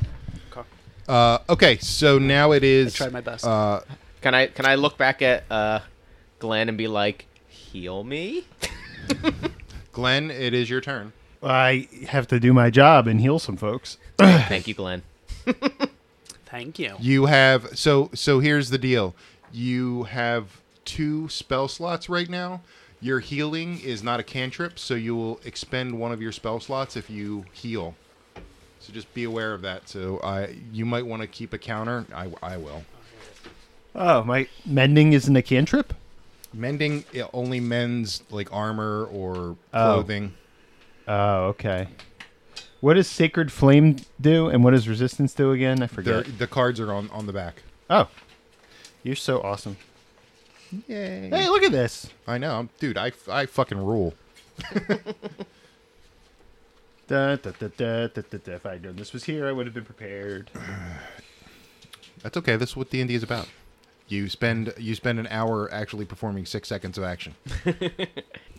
Speaker 3: Okay.
Speaker 2: Uh, okay, so now it is.
Speaker 3: tried my best.
Speaker 2: Uh,
Speaker 5: Can I can I look back at uh, Glenn and be like, heal me?
Speaker 2: Glenn, it is your turn.
Speaker 6: I have to do my job and heal some folks.
Speaker 5: Thank you, Glenn.
Speaker 3: Thank you.
Speaker 2: You have so so. Here's the deal. You have two spell slots right now. Your healing is not a cantrip, so you will expend one of your spell slots if you heal. So just be aware of that. So I, you might want to keep a counter. I, I will.
Speaker 6: Oh, my mending isn't a cantrip.
Speaker 2: Mending it only mends like armor or
Speaker 6: Oh.
Speaker 2: clothing.
Speaker 6: Oh, okay. What does Sacred Flame do, and what does Resistance do again? I
Speaker 2: The
Speaker 6: forget.
Speaker 2: the cards are on on the back.
Speaker 6: Oh, you're so awesome.
Speaker 2: Yay!
Speaker 6: Hey, look at this.
Speaker 2: I know, I'm- dude. I, I fucking rule.
Speaker 6: Da, da, da, da, da, da, da. If I had known this was here, I would have been prepared.
Speaker 2: That's okay. That's what D and D is about. You spend you spend an hour actually performing six seconds of action.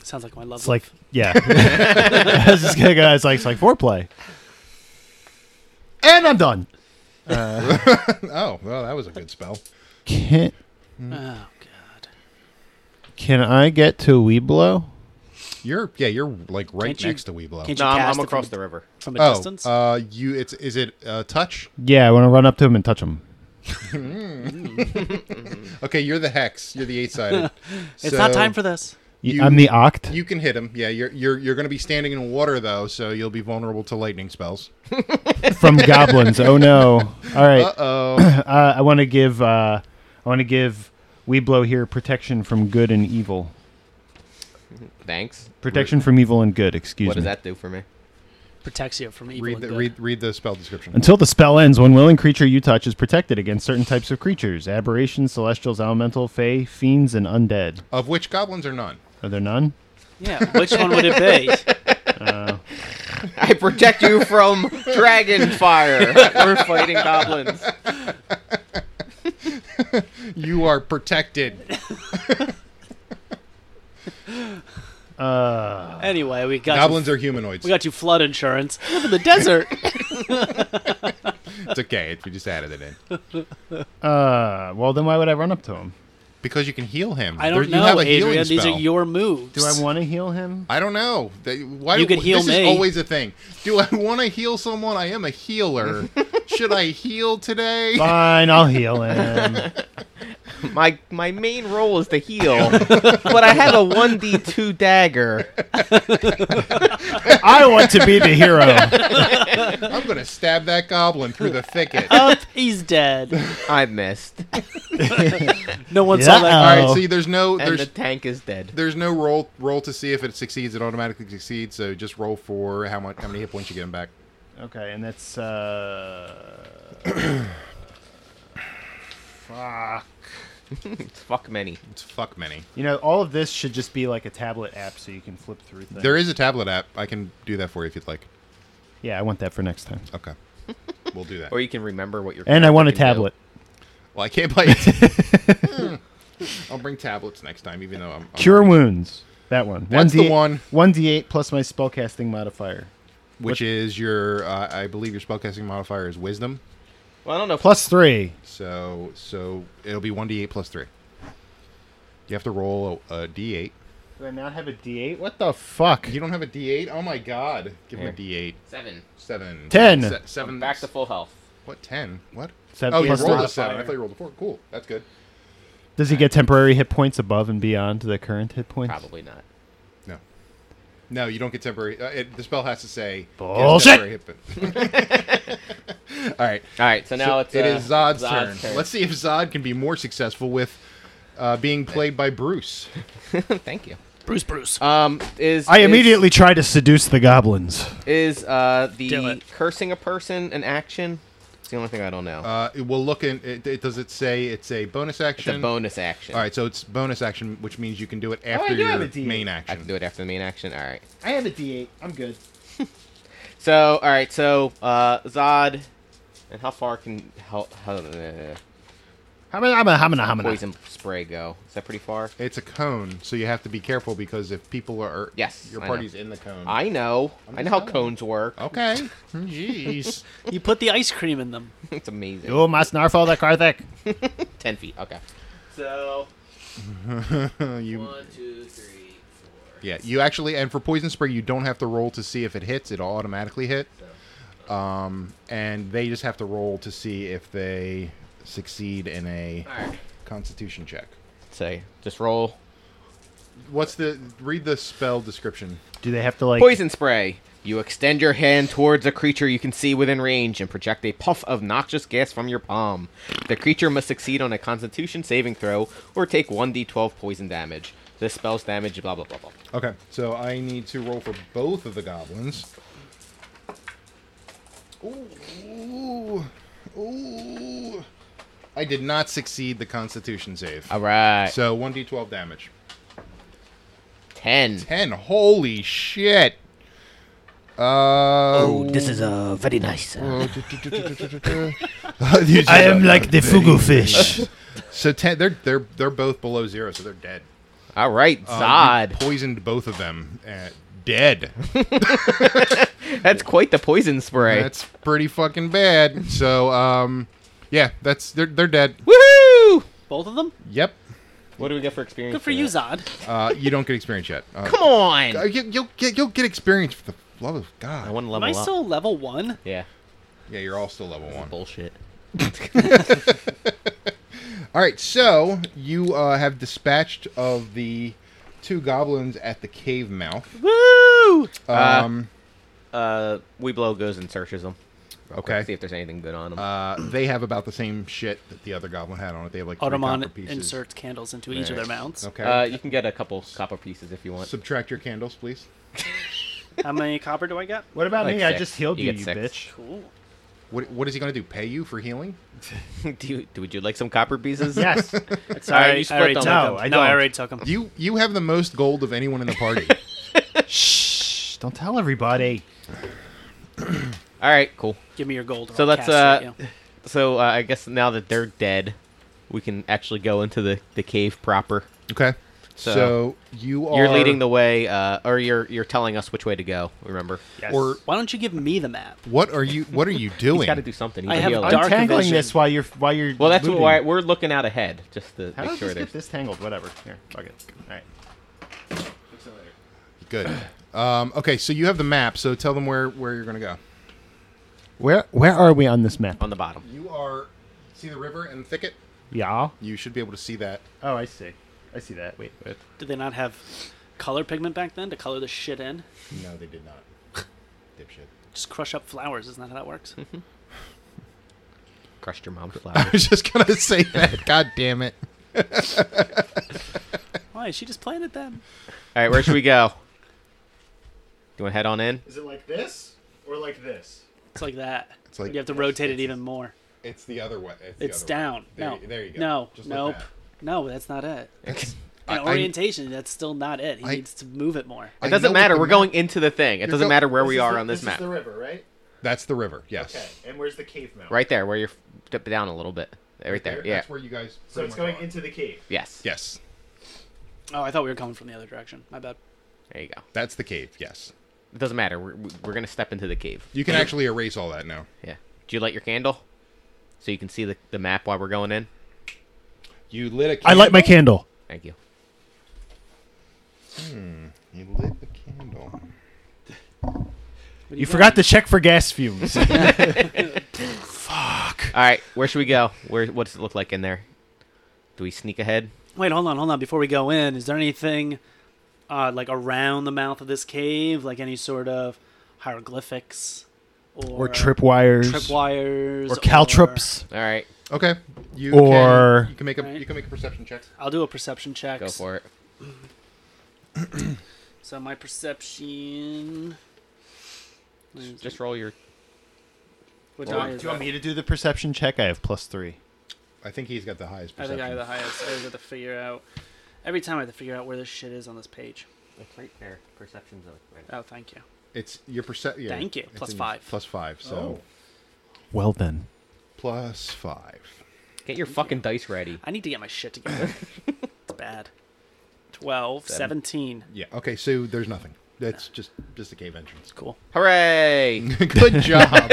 Speaker 3: Sounds like my love.
Speaker 6: It's like, yeah. I was just gonna go, it's like, it's like foreplay. And I'm done.
Speaker 2: Oh, well, that was a good spell.
Speaker 6: Can,
Speaker 3: Oh God.
Speaker 6: can I get to Weeblo?
Speaker 2: You're yeah, you're like right
Speaker 3: Can't you-
Speaker 2: next to Weeblow.
Speaker 3: can't Did you
Speaker 5: No, I'm,
Speaker 3: cast
Speaker 5: I'm
Speaker 3: it from
Speaker 5: across
Speaker 3: the-
Speaker 5: the river.
Speaker 3: From a
Speaker 2: oh,
Speaker 3: distance.
Speaker 2: uh, you it's is it uh, touch?
Speaker 6: Yeah, I want to run up to him and touch him.
Speaker 2: Okay, you're the hex. You're the eight sided.
Speaker 3: it's not time for this.
Speaker 6: Y-
Speaker 2: You-
Speaker 6: I'm the Oct.
Speaker 2: You can hit him. Yeah, you're you're you're going to be standing in water though, so you'll be vulnerable to lightning spells.
Speaker 6: from goblins. Oh no! All right,
Speaker 2: Uh
Speaker 6: uh,
Speaker 2: oh.
Speaker 6: I want to give uh, I want to give Weeblo here protection from good and evil.
Speaker 5: Thanks.
Speaker 6: Protection from evil and good. Excuse
Speaker 5: What
Speaker 6: me.
Speaker 5: does that do for me?
Speaker 3: Protects you from evil.
Speaker 2: read
Speaker 3: and
Speaker 2: the
Speaker 3: good.
Speaker 2: read read the spell description.
Speaker 6: Until the spell ends, one willing creature you touch is protected against certain types of creatures: aberrations, celestials, elemental, fey, fiends, and undead.
Speaker 2: Of which goblins are none.
Speaker 6: Are there none?
Speaker 3: Yeah. Which one would it be?
Speaker 5: I protect you from dragon fire. We're fighting goblins.
Speaker 2: You are protected.
Speaker 6: Uh,
Speaker 3: anyway, we got
Speaker 2: goblins
Speaker 3: You,
Speaker 2: are humanoids.
Speaker 3: we got you flood insurance. Live in the desert.
Speaker 2: It's okay. We just added it in
Speaker 6: uh. Well, then why would I run up to him?
Speaker 2: because you can heal him.
Speaker 3: I don't
Speaker 2: There- You have
Speaker 3: know,
Speaker 2: a healing
Speaker 3: Adrian. These are
Speaker 2: spell.
Speaker 3: your moves.
Speaker 6: Do I want to heal him?
Speaker 2: I don't know. They, why
Speaker 3: You could
Speaker 2: wh-
Speaker 3: heal
Speaker 2: this
Speaker 3: me.
Speaker 2: is always a thing. Do I want to heal someone? I am a healer. Should I heal today?
Speaker 6: Fine, I'll heal him.
Speaker 5: My my main role is to heal, but I have a one d two dagger.
Speaker 6: I want to be the hero.
Speaker 2: I'm gonna stab that goblin through the thicket. All
Speaker 3: Up, he's dead.
Speaker 5: I missed,
Speaker 3: No one
Speaker 6: Yeah.
Speaker 3: saw that.
Speaker 2: right.
Speaker 6: Oh.
Speaker 2: See, there's no
Speaker 5: and
Speaker 2: there's
Speaker 5: the tank is dead.
Speaker 2: there's no roll roll to see if it succeeds. It automatically succeeds. So just roll for how much how many hit points you get him back.
Speaker 6: Okay, and that's uh. Fuck.
Speaker 5: It's fuck many.
Speaker 2: It's fuck many.
Speaker 6: You know, all of this should just be like a tablet app, so you can flip through things.
Speaker 2: There is a tablet app. I can do that for you if you'd like.
Speaker 6: Yeah, I want that for next time.
Speaker 2: Okay. We'll do that.
Speaker 5: Or you can remember what you're.
Speaker 6: And I want a tablet.
Speaker 2: Well, I can't play it. I'll bring tablets next time, even though I'm. I'm
Speaker 6: Cure wounds. That one.
Speaker 2: That's the one.
Speaker 6: One d eight plus my spellcasting modifier.
Speaker 2: which is your, uh, I believe your spellcasting modifier is wisdom.
Speaker 5: Well, I don't know. If,
Speaker 6: Plus three.
Speaker 2: So so it'll be one d8 plus three. You have to roll a, a d8.
Speaker 6: Do I not have a D8? What the fuck?
Speaker 2: You don't have a d8? Oh my god! Give him a d8.
Speaker 5: seven.
Speaker 2: Seven.
Speaker 6: Ten.
Speaker 2: Se- seven.
Speaker 5: I'm back to full health.
Speaker 2: What ten? What?
Speaker 6: Seven
Speaker 2: oh, you
Speaker 6: plus
Speaker 2: rolled
Speaker 6: three.
Speaker 2: a seven. I thought you rolled a four. Cool. That's good.
Speaker 6: Does he get temporary hit points above and beyond the current hit points?
Speaker 5: Probably not.
Speaker 2: No. No, you don't get temporary. Uh, it, the spell has to say get
Speaker 6: Bullshit!
Speaker 2: temporary hit points. All right.
Speaker 5: All right, so now
Speaker 2: So
Speaker 5: it's
Speaker 2: it
Speaker 5: uh,
Speaker 2: is Zod's, turn. Let's see if Zod can be more successful with uh, being played by Bruce.
Speaker 5: Thank you.
Speaker 3: Bruce, Bruce.
Speaker 5: Um, is
Speaker 6: I
Speaker 5: is-
Speaker 6: immediately try to seduce the goblins.
Speaker 5: is uh
Speaker 3: Do
Speaker 5: the
Speaker 3: it.
Speaker 5: cursing a person an action? It's the only thing I don't know.
Speaker 2: Uh, it will look in. It, it, does it say it's a bonus
Speaker 5: it's a
Speaker 2: action?
Speaker 5: bonus action.
Speaker 2: All right, so it's bonus action, which means you can do it after
Speaker 4: Oh, I do have
Speaker 2: your
Speaker 4: a D8.
Speaker 2: main
Speaker 5: I
Speaker 2: action.
Speaker 5: can do it after the main action. All right.
Speaker 4: I have a D8. I'm good.
Speaker 5: So, all right. So, uh, Zod, and how far can how, how uh,
Speaker 6: How many? How many? How many? How many?
Speaker 5: poison spray go? Is that pretty far?
Speaker 2: It's a cone, so you have to be careful because if people are
Speaker 5: Yes,
Speaker 2: your
Speaker 5: I know.
Speaker 2: party's in the cone.
Speaker 5: I know. I know how cones work.
Speaker 2: okay, jeez.
Speaker 3: you put the ice cream in them.
Speaker 5: it's amazing.
Speaker 6: You must snarfle the Karthik.
Speaker 5: Ten feet. Okay. So
Speaker 2: Uh, you,
Speaker 5: two, three, four.
Speaker 2: yeah, you actually and for poison spray, you don't have to roll to see if it hits; it'll automatically hit. Um, and they just have to roll to see if they succeed in a
Speaker 5: All right.
Speaker 2: Constitution check.
Speaker 5: Say, just roll.
Speaker 2: What's the read the spell description?
Speaker 6: Do they have to like?
Speaker 5: Poison spray. You extend your hand towards a creature you can see within range and project a puff of noxious gas from your palm. The creature must succeed on a constitution saving throw or take 1d12 poison damage. This spell's damage, blah, blah, blah, blah.
Speaker 2: Okay, so I need to roll for both of the goblins. Ooh, ooh! I did not succeed the Constitution save.
Speaker 5: All right.
Speaker 2: So one d12 damage.
Speaker 5: 10.
Speaker 2: Ten. Holy shit! Uh, oh,
Speaker 5: This is uh, very nice.
Speaker 6: I am like the fugu fish.
Speaker 2: so ten. They're they're they're both below zero, so they're dead.
Speaker 5: All right,
Speaker 2: Um, you
Speaker 5: Zod.
Speaker 2: poisoned both of them. Uh, dead.
Speaker 5: That's quite the poison spray.
Speaker 2: That's pretty fucking bad. So, um, yeah, that's they're they're dead.
Speaker 5: Woohoo!
Speaker 3: Both of them?
Speaker 2: Yep.
Speaker 5: What do we get for experience?
Speaker 3: Good for you,
Speaker 5: that?
Speaker 3: Zod.
Speaker 2: Uh, you don't get experience yet. Uh,
Speaker 5: Come on!
Speaker 2: uh, you, you'll get you'll get experience for the love of
Speaker 5: I
Speaker 2: God.
Speaker 5: want to
Speaker 3: Am
Speaker 5: level
Speaker 3: I
Speaker 5: up.
Speaker 3: still level one?
Speaker 5: Yeah.
Speaker 2: Yeah, you're all still level one.
Speaker 5: Bullshit.
Speaker 2: All right, so you uh, have dispatched of the two goblins at the cave mouth.
Speaker 3: Woo!
Speaker 2: Um,
Speaker 5: Uh, Weeblow goes and searches them. Real quick,
Speaker 2: Okay.
Speaker 5: See if there's anything good on them.
Speaker 2: uh, they have about the same shit that the other goblin had on it. They have like three copper
Speaker 3: Automon
Speaker 2: pieces.
Speaker 3: inserts candles into each of their mouths.
Speaker 2: Okay.
Speaker 5: Uh, you can get a couple copper pieces if you want.
Speaker 2: Subtract your candles, please.
Speaker 3: How many copper do I get?
Speaker 6: What about
Speaker 5: Like
Speaker 6: me? I
Speaker 5: six.
Speaker 6: just healed
Speaker 5: You
Speaker 6: you,
Speaker 5: get
Speaker 6: you
Speaker 5: six.
Speaker 6: bitch.
Speaker 3: Cool.
Speaker 2: What What is he gonna do? Pay you for healing?
Speaker 5: do you, do would you like some copper pieces?
Speaker 6: Yes.
Speaker 3: It's
Speaker 5: Alright,
Speaker 3: alright.
Speaker 5: you
Speaker 3: I
Speaker 5: split
Speaker 3: already
Speaker 5: them.
Speaker 3: took
Speaker 6: No,
Speaker 3: them.
Speaker 6: I
Speaker 3: no, I
Speaker 6: don't.
Speaker 3: already took them.
Speaker 2: You You have the most gold of anyone in the party.
Speaker 6: Shh! Don't tell everybody.
Speaker 5: All right, cool.
Speaker 3: Give me your gold. or
Speaker 5: So
Speaker 3: I'll
Speaker 5: let's
Speaker 3: cast
Speaker 5: uh,
Speaker 3: at you.
Speaker 5: so uh, I guess now that they're dead, we can actually go into the, the cave proper.
Speaker 2: okay. So,
Speaker 5: So-
Speaker 2: you are
Speaker 5: You're leading the way, uh, or you're you're telling us which way to go. Remember,
Speaker 6: Yes.
Speaker 2: Or
Speaker 3: Why don't you give me the map?
Speaker 2: what are you What are you
Speaker 5: he's
Speaker 2: doing?
Speaker 5: got to do something. He's
Speaker 3: I
Speaker 5: a
Speaker 3: have
Speaker 5: healer.
Speaker 3: dark
Speaker 6: untangling
Speaker 3: vision.
Speaker 6: this while you're while you're.
Speaker 5: Well, that's
Speaker 6: looting.
Speaker 5: why we're looking out ahead, just to
Speaker 6: How
Speaker 5: make
Speaker 6: did I
Speaker 5: sure
Speaker 6: just get
Speaker 5: there's.
Speaker 6: this tangled? Whatever. Here, fuck it. All right.
Speaker 2: Good. Um, okay, so you have the map. So tell them where where you're gonna go.
Speaker 6: Where where are we on this map?
Speaker 5: On the bottom.
Speaker 2: You are see the river and thicket.
Speaker 6: Yeah.
Speaker 2: You should be able to see that.
Speaker 6: Oh, I see. I see that. Wait. wait.
Speaker 3: Did they not have color pigment back then to color the shit in?
Speaker 2: No, they did not. Dipshit.
Speaker 3: Just crush up flowers. Isn't that how that works?
Speaker 5: Crushed your mom's
Speaker 2: I
Speaker 5: flower.
Speaker 2: was just gonna say that. God damn it.
Speaker 3: Why is she just playing it then?
Speaker 5: All right, where should we go? You want to head on in?
Speaker 4: Is it like this or like this?
Speaker 3: It's like that.
Speaker 2: It's like-
Speaker 3: you have to rotate it even more.
Speaker 2: It's the other way. the
Speaker 3: It's
Speaker 2: other way.
Speaker 3: down.
Speaker 2: There
Speaker 3: no,
Speaker 2: you- there you go.
Speaker 3: No,
Speaker 2: Just like
Speaker 3: nope.
Speaker 2: that.
Speaker 3: No, that's not it.
Speaker 2: I-
Speaker 3: And
Speaker 2: I-
Speaker 3: orientation, that's still not it. He
Speaker 2: I-
Speaker 3: needs to move it more.
Speaker 2: I
Speaker 5: It
Speaker 2: know
Speaker 5: doesn't
Speaker 2: what
Speaker 5: matter.
Speaker 2: the
Speaker 5: We're
Speaker 2: map-
Speaker 5: going into the thing. It
Speaker 2: You're
Speaker 5: doesn't
Speaker 2: go-
Speaker 5: matter where we
Speaker 4: This is
Speaker 5: are
Speaker 4: the-
Speaker 5: on this,
Speaker 4: This
Speaker 5: map.
Speaker 4: is the river, right?
Speaker 2: That's the river. Yes.
Speaker 4: Okay. And where's the cave mount?
Speaker 5: Right there, where you're dip down a little bit. Right there. Yeah.
Speaker 2: That's where you guys.
Speaker 4: So it's going into the cave.
Speaker 5: Yes.
Speaker 2: Yes.
Speaker 3: Oh, I thought we were coming from the other direction. My bad.
Speaker 5: There you go.
Speaker 2: That's the cave. Yes.
Speaker 5: It doesn't matter. We're, we're gonna step into the cave.
Speaker 2: You can actually erase all that now.
Speaker 5: Yeah. Did you light your candle? so you can see the, the map while we're going in.
Speaker 2: You lit a candle.
Speaker 6: I light my candle.
Speaker 5: Thank you.
Speaker 2: You lit the candle.
Speaker 6: You forgot to check for gas fumes.
Speaker 5: All right, where should we go? Where what does it look like in there? Do we sneak ahead?
Speaker 3: Wait, hold on, hold on. Before we go in, is there anything uh, like around the mouth of this cave, like any sort of hieroglyphics
Speaker 6: or tripwires.
Speaker 3: tripwires
Speaker 6: Or caltrops.
Speaker 5: All right,
Speaker 2: Okay. You
Speaker 6: Or-
Speaker 2: can, you can make a
Speaker 3: Right.
Speaker 2: you can make a perception check.
Speaker 3: I'll do a perception check.
Speaker 5: go for it.
Speaker 3: So my perception.
Speaker 5: Just roll your.
Speaker 3: What
Speaker 4: Do you,
Speaker 3: die
Speaker 4: want,
Speaker 3: is
Speaker 4: do you want
Speaker 3: that?
Speaker 4: me to do
Speaker 6: The
Speaker 4: the?
Speaker 6: perception check, I have plus three.
Speaker 2: I think he's got the highest
Speaker 3: I think
Speaker 2: perception.
Speaker 3: I have the highest. I always have to figure out. Every time I have to figure out where this shit is on this page.
Speaker 5: It's right there. Perception's right.
Speaker 3: Oh, thank you.
Speaker 2: It's your perception. Yeah,
Speaker 3: Thank you.
Speaker 2: it's
Speaker 3: Plus
Speaker 2: in-
Speaker 3: five.
Speaker 2: Plus five.
Speaker 6: Oh.
Speaker 2: So
Speaker 6: Well then.
Speaker 2: plus five.
Speaker 5: Get your fucking dice ready.
Speaker 3: I need to get my shit together. it's bad. 12,
Speaker 5: Seven.
Speaker 3: 17.
Speaker 2: Yeah. Okay. So there's nothing. That's just just a cave entrance.
Speaker 3: Cool.
Speaker 5: Hooray!
Speaker 2: Good job.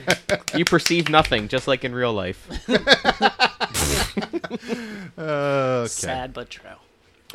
Speaker 5: you perceive nothing, just like in real life.
Speaker 2: okay.
Speaker 3: Sad but true.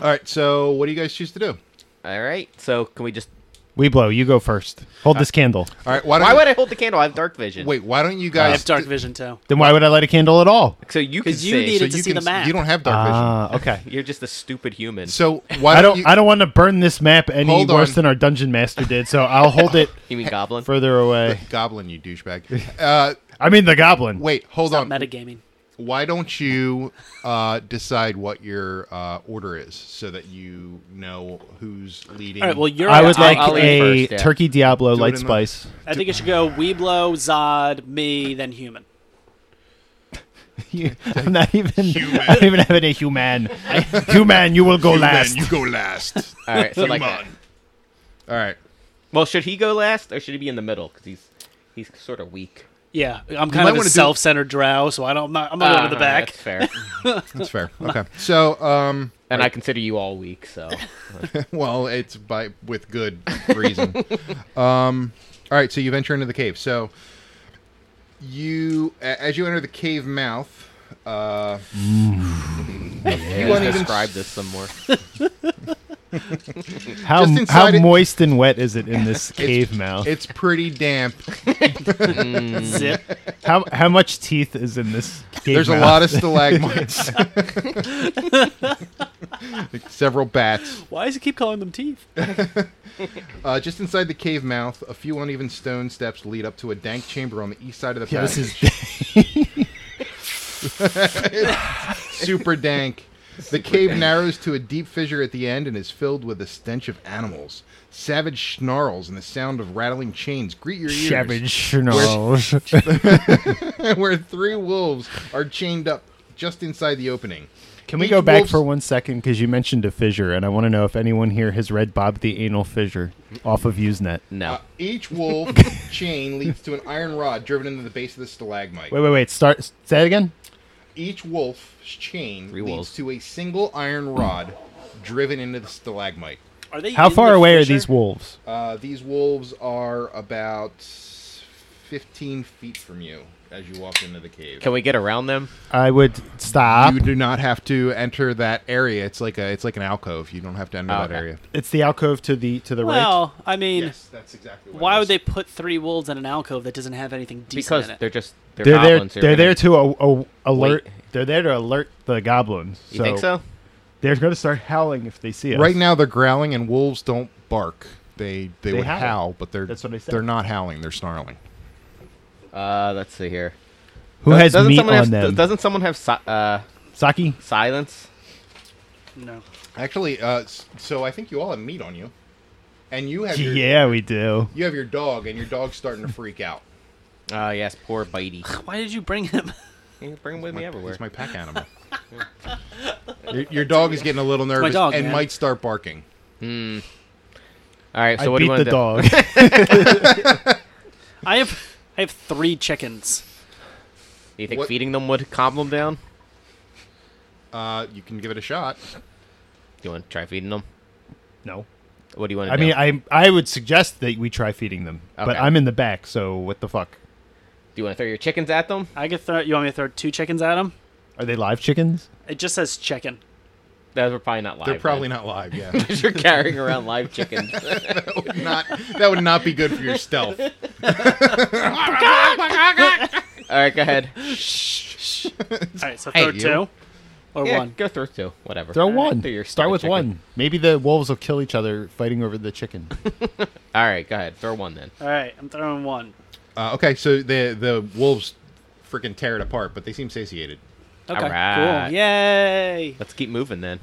Speaker 2: All right. So what do you guys choose to do?
Speaker 5: All right, so can we just?
Speaker 6: We blow, you go first. Hold this candle.
Speaker 2: All right. Why, don't
Speaker 5: Why
Speaker 2: you-
Speaker 5: would I hold the candle? I have dark vision.
Speaker 2: wait? Why don't you
Speaker 3: I
Speaker 2: guys?
Speaker 3: have dark vision too.
Speaker 6: Then why would I light a candle at all?
Speaker 5: so you can
Speaker 3: Because you
Speaker 5: see.
Speaker 3: need
Speaker 2: so
Speaker 3: it to
Speaker 2: you
Speaker 3: see
Speaker 2: can
Speaker 3: the map.
Speaker 2: You don't have dark vision.
Speaker 6: Ah, okay.
Speaker 5: You're just a stupid human.
Speaker 2: so why
Speaker 6: I don't
Speaker 2: you,
Speaker 6: I don't want to burn this map any
Speaker 2: Hold on.
Speaker 6: worse than our dungeon master did, so I'll hold it
Speaker 5: you mean goblin?
Speaker 6: further away.
Speaker 2: goblin you douchebag? Uh,
Speaker 6: I mean the goblin.
Speaker 2: wait. Hold
Speaker 3: Stop
Speaker 2: on.
Speaker 3: metagaming.
Speaker 2: why don't you uh, decide what your uh, order is so that you know who's leading?
Speaker 3: All right, well, you're.
Speaker 6: I would
Speaker 5: I'll-
Speaker 6: like a
Speaker 5: I'll eat first, yeah.
Speaker 6: turkey Diablo
Speaker 2: Do it
Speaker 6: light
Speaker 2: in the-
Speaker 6: spice.
Speaker 3: I think it should go Weeblo, Zod, me, then human.
Speaker 6: You- I'm not even. I don't even have any human. human, you will go last.
Speaker 2: go last.
Speaker 5: All right, so like that.
Speaker 2: All right.
Speaker 5: Well, should he go last, or should he be in the middle? Because he's he's sort of weak.
Speaker 3: Yeah, I'm
Speaker 2: might
Speaker 3: kind of a
Speaker 2: wanna do-
Speaker 3: self-centered drow, so I don't. I'm not, I'm not
Speaker 5: Ah,
Speaker 3: over the
Speaker 5: alright,
Speaker 3: back.
Speaker 5: That's fair.
Speaker 2: That's fair. Okay. So, um,
Speaker 5: and I consider you all weak, so
Speaker 2: well, it's by with good reason. um, all right. So you venture into the cave. So you, a- as you enter the cave mouth, uh,
Speaker 5: you
Speaker 2: won't even
Speaker 5: describe this some more.
Speaker 6: How how
Speaker 2: Just inside it-
Speaker 6: moist and wet is it in this cave mouth?
Speaker 2: it's pretty damp.
Speaker 3: Zip.
Speaker 6: how how much teeth is in this cave
Speaker 2: There's a
Speaker 6: mouth?
Speaker 2: lot of stalagmites. Several bats.
Speaker 3: Why does he keep calling them teeth?
Speaker 2: Uh, just inside the cave mouth, a few uneven stone steps lead up to a dank chamber on the east side of the
Speaker 6: Yeah, this
Speaker 2: passage.
Speaker 6: is
Speaker 2: super dank. The cave narrows to a deep fissure at the end and is filled with the stench of animals. Savage snarls and the sound of rattling chains greet your ears.
Speaker 6: savage snarls.
Speaker 2: where three wolves are chained up just inside the opening.
Speaker 6: Can we
Speaker 2: Each
Speaker 6: go back
Speaker 2: wolf's-
Speaker 6: for one second? Because you mentioned a fissure, and I want to know if anyone here has read Bob the Anal Fissure off of Usenet.
Speaker 5: No,
Speaker 2: Uh, each wolf chain leads to an iron rod driven into the base of the stalagmite.
Speaker 6: Wait, wait, wait. Start. Say that again.
Speaker 2: Each wolf's chain
Speaker 5: Three
Speaker 2: leads
Speaker 5: wolves.
Speaker 2: to a single iron rod driven into the stalagmite.
Speaker 3: Are they?
Speaker 6: How
Speaker 3: in
Speaker 6: far
Speaker 3: the
Speaker 6: away are
Speaker 3: fissure?
Speaker 6: these wolves?
Speaker 2: Uh, these wolves are about 15 feet from you as you walk into the cave.
Speaker 5: can we get around them?
Speaker 6: I would stop.
Speaker 2: You do not have to enter that area. It's like a it's like an alcove. You don't have to enter
Speaker 5: Oh,
Speaker 2: that
Speaker 5: okay.
Speaker 2: area.
Speaker 6: It's the alcove to the to the right.
Speaker 3: Well, I mean,
Speaker 2: that's exactly.
Speaker 3: why would they put three wolves in an alcove that doesn't have anything decent
Speaker 5: Because
Speaker 3: in it?
Speaker 5: they're just they're,
Speaker 6: They're there.
Speaker 5: goblins.
Speaker 6: They're there
Speaker 5: gonna-
Speaker 6: to a, a, alert.
Speaker 5: Wait.
Speaker 6: They're there to alert the goblins.
Speaker 5: You think so?
Speaker 6: They're going to start howling if they see us.
Speaker 2: Right now they're growling and wolves don't bark. They they,
Speaker 6: They
Speaker 2: would
Speaker 6: howl.
Speaker 2: howl. but they're
Speaker 6: That's what I said.
Speaker 2: they're not howling. They're snarling.
Speaker 5: Uh, let's see here.
Speaker 6: Who
Speaker 5: Does-
Speaker 6: has meat on
Speaker 5: someone have,
Speaker 6: them?
Speaker 5: Doesn't someone have si- uh,
Speaker 6: Saki.
Speaker 5: silence?
Speaker 3: no.
Speaker 2: Actually, uh, s- so I think you all have meat on you, and you have your,
Speaker 6: Yeah, we do.
Speaker 2: you have your dog, and your dog's starting to freak out.
Speaker 5: Oh, yes, poor Bitey.
Speaker 3: Why did you bring him?
Speaker 5: You bring him with me everywhere.
Speaker 2: It's my pack animal. your, your dog is getting a little nervous
Speaker 3: dog,
Speaker 2: and
Speaker 3: man.
Speaker 2: might start barking.
Speaker 5: All right, so
Speaker 6: I
Speaker 5: what do
Speaker 6: beat
Speaker 5: you want
Speaker 6: the
Speaker 5: to do?
Speaker 6: dog.
Speaker 3: I have, I have three chickens.
Speaker 5: Do you think
Speaker 2: What-
Speaker 5: feeding them would calm them down?
Speaker 2: Uh, you can give it a shot.
Speaker 5: You want to try feeding them?
Speaker 6: no.
Speaker 5: What do you want to
Speaker 6: I
Speaker 5: do?
Speaker 6: mean, I I would suggest that we try feeding them, but
Speaker 5: Okay.
Speaker 6: I'm in the back, so what the fuck?
Speaker 5: you want to throw your chickens at them?
Speaker 3: I could throw. You want me to throw two chickens at him?
Speaker 6: Are they live chickens?
Speaker 3: It just says chicken.
Speaker 5: Those were probably not live.
Speaker 2: They're probably not live. Yeah,
Speaker 5: because you're carrying around live chickens.
Speaker 2: not that would not be good for your stealth.
Speaker 5: All right, go ahead.
Speaker 3: All right, so throw
Speaker 2: you.
Speaker 3: two or
Speaker 5: Yeah,
Speaker 3: one.
Speaker 5: Go through two, whatever.
Speaker 6: Throw
Speaker 5: All right,
Speaker 6: one.
Speaker 5: throw your
Speaker 6: Start with
Speaker 5: chicken.
Speaker 6: one. Maybe the wolves will kill each other fighting over the chicken.
Speaker 5: All right, go ahead. Throw one then.
Speaker 3: All right, I'm throwing one.
Speaker 2: Uh, okay, so the the wolves freaking tear it apart, but they seem satiated.
Speaker 3: Okay,
Speaker 5: right.
Speaker 3: cool. Yay!
Speaker 5: Let's keep moving then.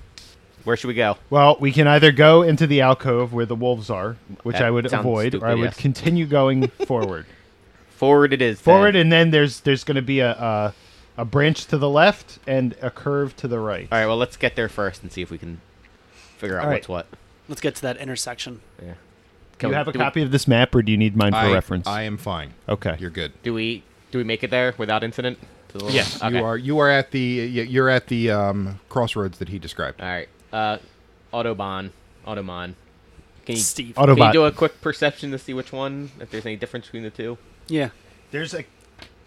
Speaker 5: Where should we go?
Speaker 6: well, we can either go into the alcove where the wolves are, which
Speaker 5: That
Speaker 6: I would
Speaker 5: sounds
Speaker 6: avoid,
Speaker 5: stupid,
Speaker 6: or I would
Speaker 5: yes.
Speaker 6: continue going forward.
Speaker 5: Forward it is. then.
Speaker 6: forward, and then there's there's going to be a, a a branch to the left and a curve to the right.
Speaker 5: All right. Well, let's get there first and see if we can figure out
Speaker 6: All right.
Speaker 5: what's what.
Speaker 3: Let's get to that intersection.
Speaker 5: Yeah.
Speaker 6: Do
Speaker 5: Can
Speaker 6: you
Speaker 5: we-
Speaker 6: have a
Speaker 5: do we-
Speaker 6: copy of this map, or do you need mine for
Speaker 2: I,
Speaker 6: reference?
Speaker 2: I am fine.
Speaker 6: okay.
Speaker 2: You're good.
Speaker 5: do we do we make it there without incident? To the little-
Speaker 6: Yes,
Speaker 5: Okay.
Speaker 2: You are you are at the you're at the um, crossroads that he described.
Speaker 5: All right. Uh, Autobahn. Autobahn. Can you,
Speaker 3: Steve.
Speaker 6: Auto-
Speaker 5: can you
Speaker 6: Autobot.
Speaker 5: do a quick perception to see which one, if there's any difference between the two?
Speaker 3: yeah.
Speaker 4: There's a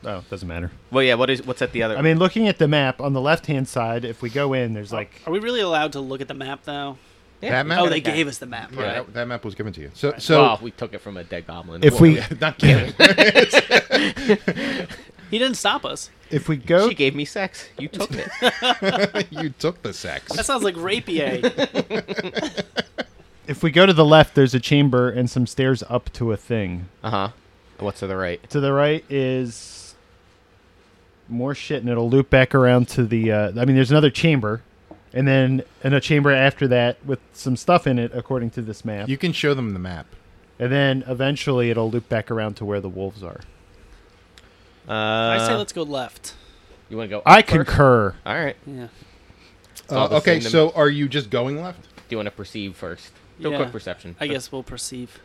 Speaker 6: Oh, doesn't matter.
Speaker 5: Well, yeah. What is what's at the other?
Speaker 6: I mean, looking at the map on the left hand side, if we go in, there's like
Speaker 3: Are we really allowed to look at the map though?
Speaker 5: yeah,
Speaker 2: That
Speaker 5: we
Speaker 2: map?
Speaker 5: got
Speaker 3: Oh,
Speaker 5: it
Speaker 3: they
Speaker 5: back.
Speaker 3: gave us the map.
Speaker 2: Yeah,
Speaker 5: Right.
Speaker 2: that, that map was given to you. So so
Speaker 5: well, we took it from a dead goblin.
Speaker 6: if
Speaker 5: Well,
Speaker 6: we
Speaker 2: not given.
Speaker 3: He didn't stop us.
Speaker 6: if we go
Speaker 5: she gave me sex. You took it.
Speaker 2: you took the sex.
Speaker 3: That sounds like rapier.
Speaker 6: if we go to the left, there's a chamber and some stairs up to a thing.
Speaker 5: uh huh. What's to the right?
Speaker 6: To the right is more shit, and it'll loop back around to the. Uh, I mean, there's another chamber, and then and a chamber after that with some stuff in it, according to this map.
Speaker 2: You can show them the map.
Speaker 6: and then eventually it'll loop back around to where the wolves are.
Speaker 5: Uh,
Speaker 3: I say let's go left.
Speaker 5: You want to go?
Speaker 6: I
Speaker 5: up first?
Speaker 6: concur.
Speaker 5: All right.
Speaker 3: Yeah.
Speaker 2: Uh,
Speaker 5: all the
Speaker 2: okay,
Speaker 5: same to
Speaker 2: so are you just going left?
Speaker 5: Do you want to perceive first? Do a
Speaker 3: Yeah.
Speaker 5: quick perception.
Speaker 3: I guess we'll perceive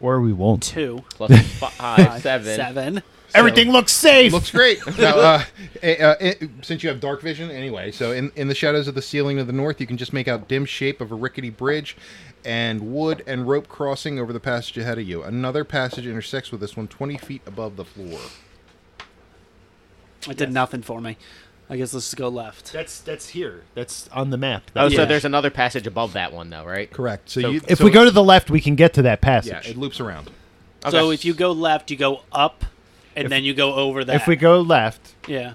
Speaker 6: Or we won't.
Speaker 3: two.
Speaker 5: Plus five, seven.
Speaker 3: Seven.
Speaker 6: Everything looks safe.
Speaker 2: Looks great. now, uh, eh, uh, eh, since you have dark vision, anyway, so in, in the shadows of the ceiling of the north, you can just make out dim shape of a rickety bridge and wood and rope crossing over the passage ahead of you. Another passage intersects with this one 20 feet above the floor.
Speaker 3: It did nothing for me. I guess let's go left.
Speaker 4: that's that's here.
Speaker 6: That's on the map.
Speaker 5: Oh,
Speaker 3: Yeah.
Speaker 5: so there's another passage above that one, though, right?
Speaker 2: Correct. So,
Speaker 5: So-
Speaker 2: you,
Speaker 6: if
Speaker 2: so
Speaker 6: we go to the left, we can get to that
Speaker 2: it- yeah,
Speaker 6: passage.
Speaker 2: it loops around.
Speaker 3: So
Speaker 5: Okay.
Speaker 3: if you go left, you go up, and then you go over that.
Speaker 6: if we go left,
Speaker 3: yeah.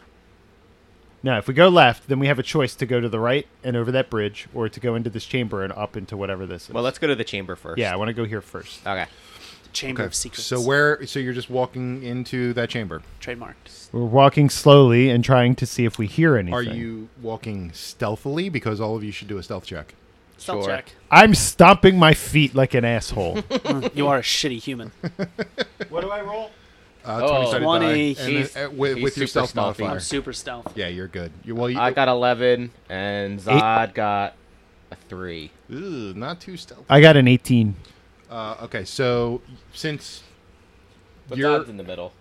Speaker 6: No, if we go left, then we have a choice to go to the right and over that bridge, or to go into this chamber and up into whatever this is.
Speaker 5: Well, let's go to the chamber first.
Speaker 6: yeah, I want to go here first.
Speaker 5: Okay.
Speaker 3: Chamber
Speaker 2: Okay.
Speaker 3: of Secrets.
Speaker 2: So where? So you're just walking into that chamber.
Speaker 3: trademarked.
Speaker 6: We're walking slowly and trying to see if we hear anything.
Speaker 2: Are you walking stealthily? Because all of you should do a stealth check.
Speaker 3: Stealth
Speaker 5: Sure.
Speaker 3: check.
Speaker 6: I'm stomping my feet like an asshole.
Speaker 3: You are a shitty human.
Speaker 4: What do I roll?
Speaker 2: Uh,
Speaker 5: Oh.
Speaker 2: 20 sided
Speaker 3: 20,
Speaker 2: die, and,
Speaker 5: he's-
Speaker 2: uh, with,
Speaker 5: he's
Speaker 2: with
Speaker 5: super
Speaker 2: your stealth
Speaker 5: stealthy.
Speaker 2: modifier.
Speaker 3: I'm super stealth.
Speaker 2: Yeah, you're good. You're, well, you,
Speaker 5: I got 11, and Zod got a 3.
Speaker 2: Ooh, not too stealthy.
Speaker 6: I got an 18.
Speaker 2: Uh, okay, so since
Speaker 5: But
Speaker 2: You're-
Speaker 5: Zod's in the middle.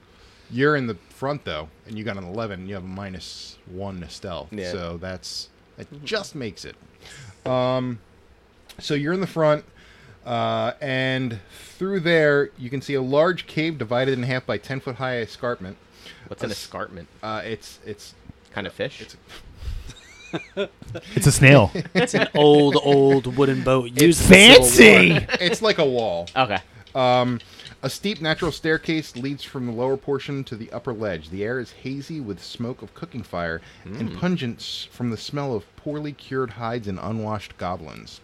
Speaker 2: you're in the front though, and you got an eleven, you have a minus one to stealth.
Speaker 5: Yeah. Mm-hmm.
Speaker 2: So that's that just makes it. Um, so you're in the front, uh, and through there you can see a large cave divided in half by ten foot high escarpment.
Speaker 5: What's an escarpment?
Speaker 2: Uh, it's it's
Speaker 5: Kind of fish?
Speaker 2: it's
Speaker 6: It's a snail.
Speaker 3: It's an old, old wooden boat. Used in the Civil War.
Speaker 6: Fancy.
Speaker 2: it's like a wall.
Speaker 5: okay.
Speaker 2: Um, a steep natural staircase leads from the lower portion to the upper ledge. The air is hazy with smoke of cooking fire
Speaker 5: Hmm.
Speaker 2: and pungent s- from the smell of poorly cured hides and unwashed goblins.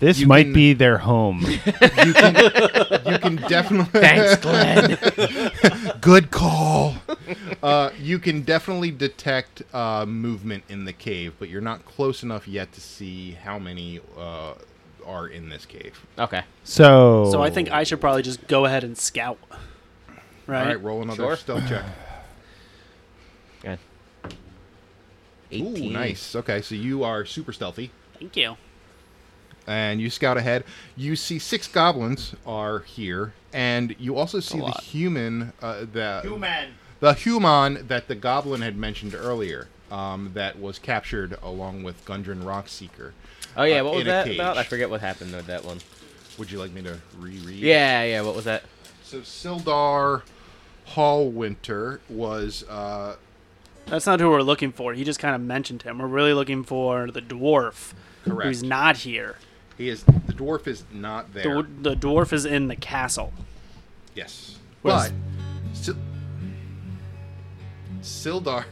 Speaker 6: This
Speaker 2: You
Speaker 6: might
Speaker 2: can-
Speaker 6: be their home.
Speaker 2: You can, you can definitely.
Speaker 5: Thanks, Glenn.
Speaker 2: Good call. Uh, you can definitely detect uh, movement in the cave, but you're not close enough yet to see how many uh, are in this cave.
Speaker 5: okay.
Speaker 6: So.
Speaker 3: So I think I should probably just go ahead and scout. Right.
Speaker 2: All right, roll another
Speaker 5: Sure.
Speaker 2: stealth check.
Speaker 5: Good.
Speaker 2: Ooh,
Speaker 5: 18.
Speaker 2: nice. Okay, so you are super stealthy.
Speaker 3: Thank you.
Speaker 2: and you scout ahead. You see six goblins are here, and you also see the
Speaker 5: lot.
Speaker 2: human, uh, the
Speaker 4: Human.
Speaker 2: the human that the goblin had mentioned earlier, um, that was captured along with Gundren Rockseeker.
Speaker 5: Oh, yeah.
Speaker 2: uh,
Speaker 5: What was
Speaker 2: in a
Speaker 5: that
Speaker 2: cage.
Speaker 5: about? I forget what happened with that one.
Speaker 2: Would you like me to reread?
Speaker 5: Yeah, yeah. What was that?
Speaker 2: So Sildar Hallwinter was uh,
Speaker 3: That's not who we're looking for. He just kind of mentioned him. We're really looking for the dwarf,
Speaker 2: Correct.
Speaker 3: who's not here.
Speaker 2: he is the dwarf is not
Speaker 3: The,
Speaker 2: there.
Speaker 3: w- the dwarf is in the castle.
Speaker 2: yes,
Speaker 6: Was-
Speaker 2: but Sil- Sildar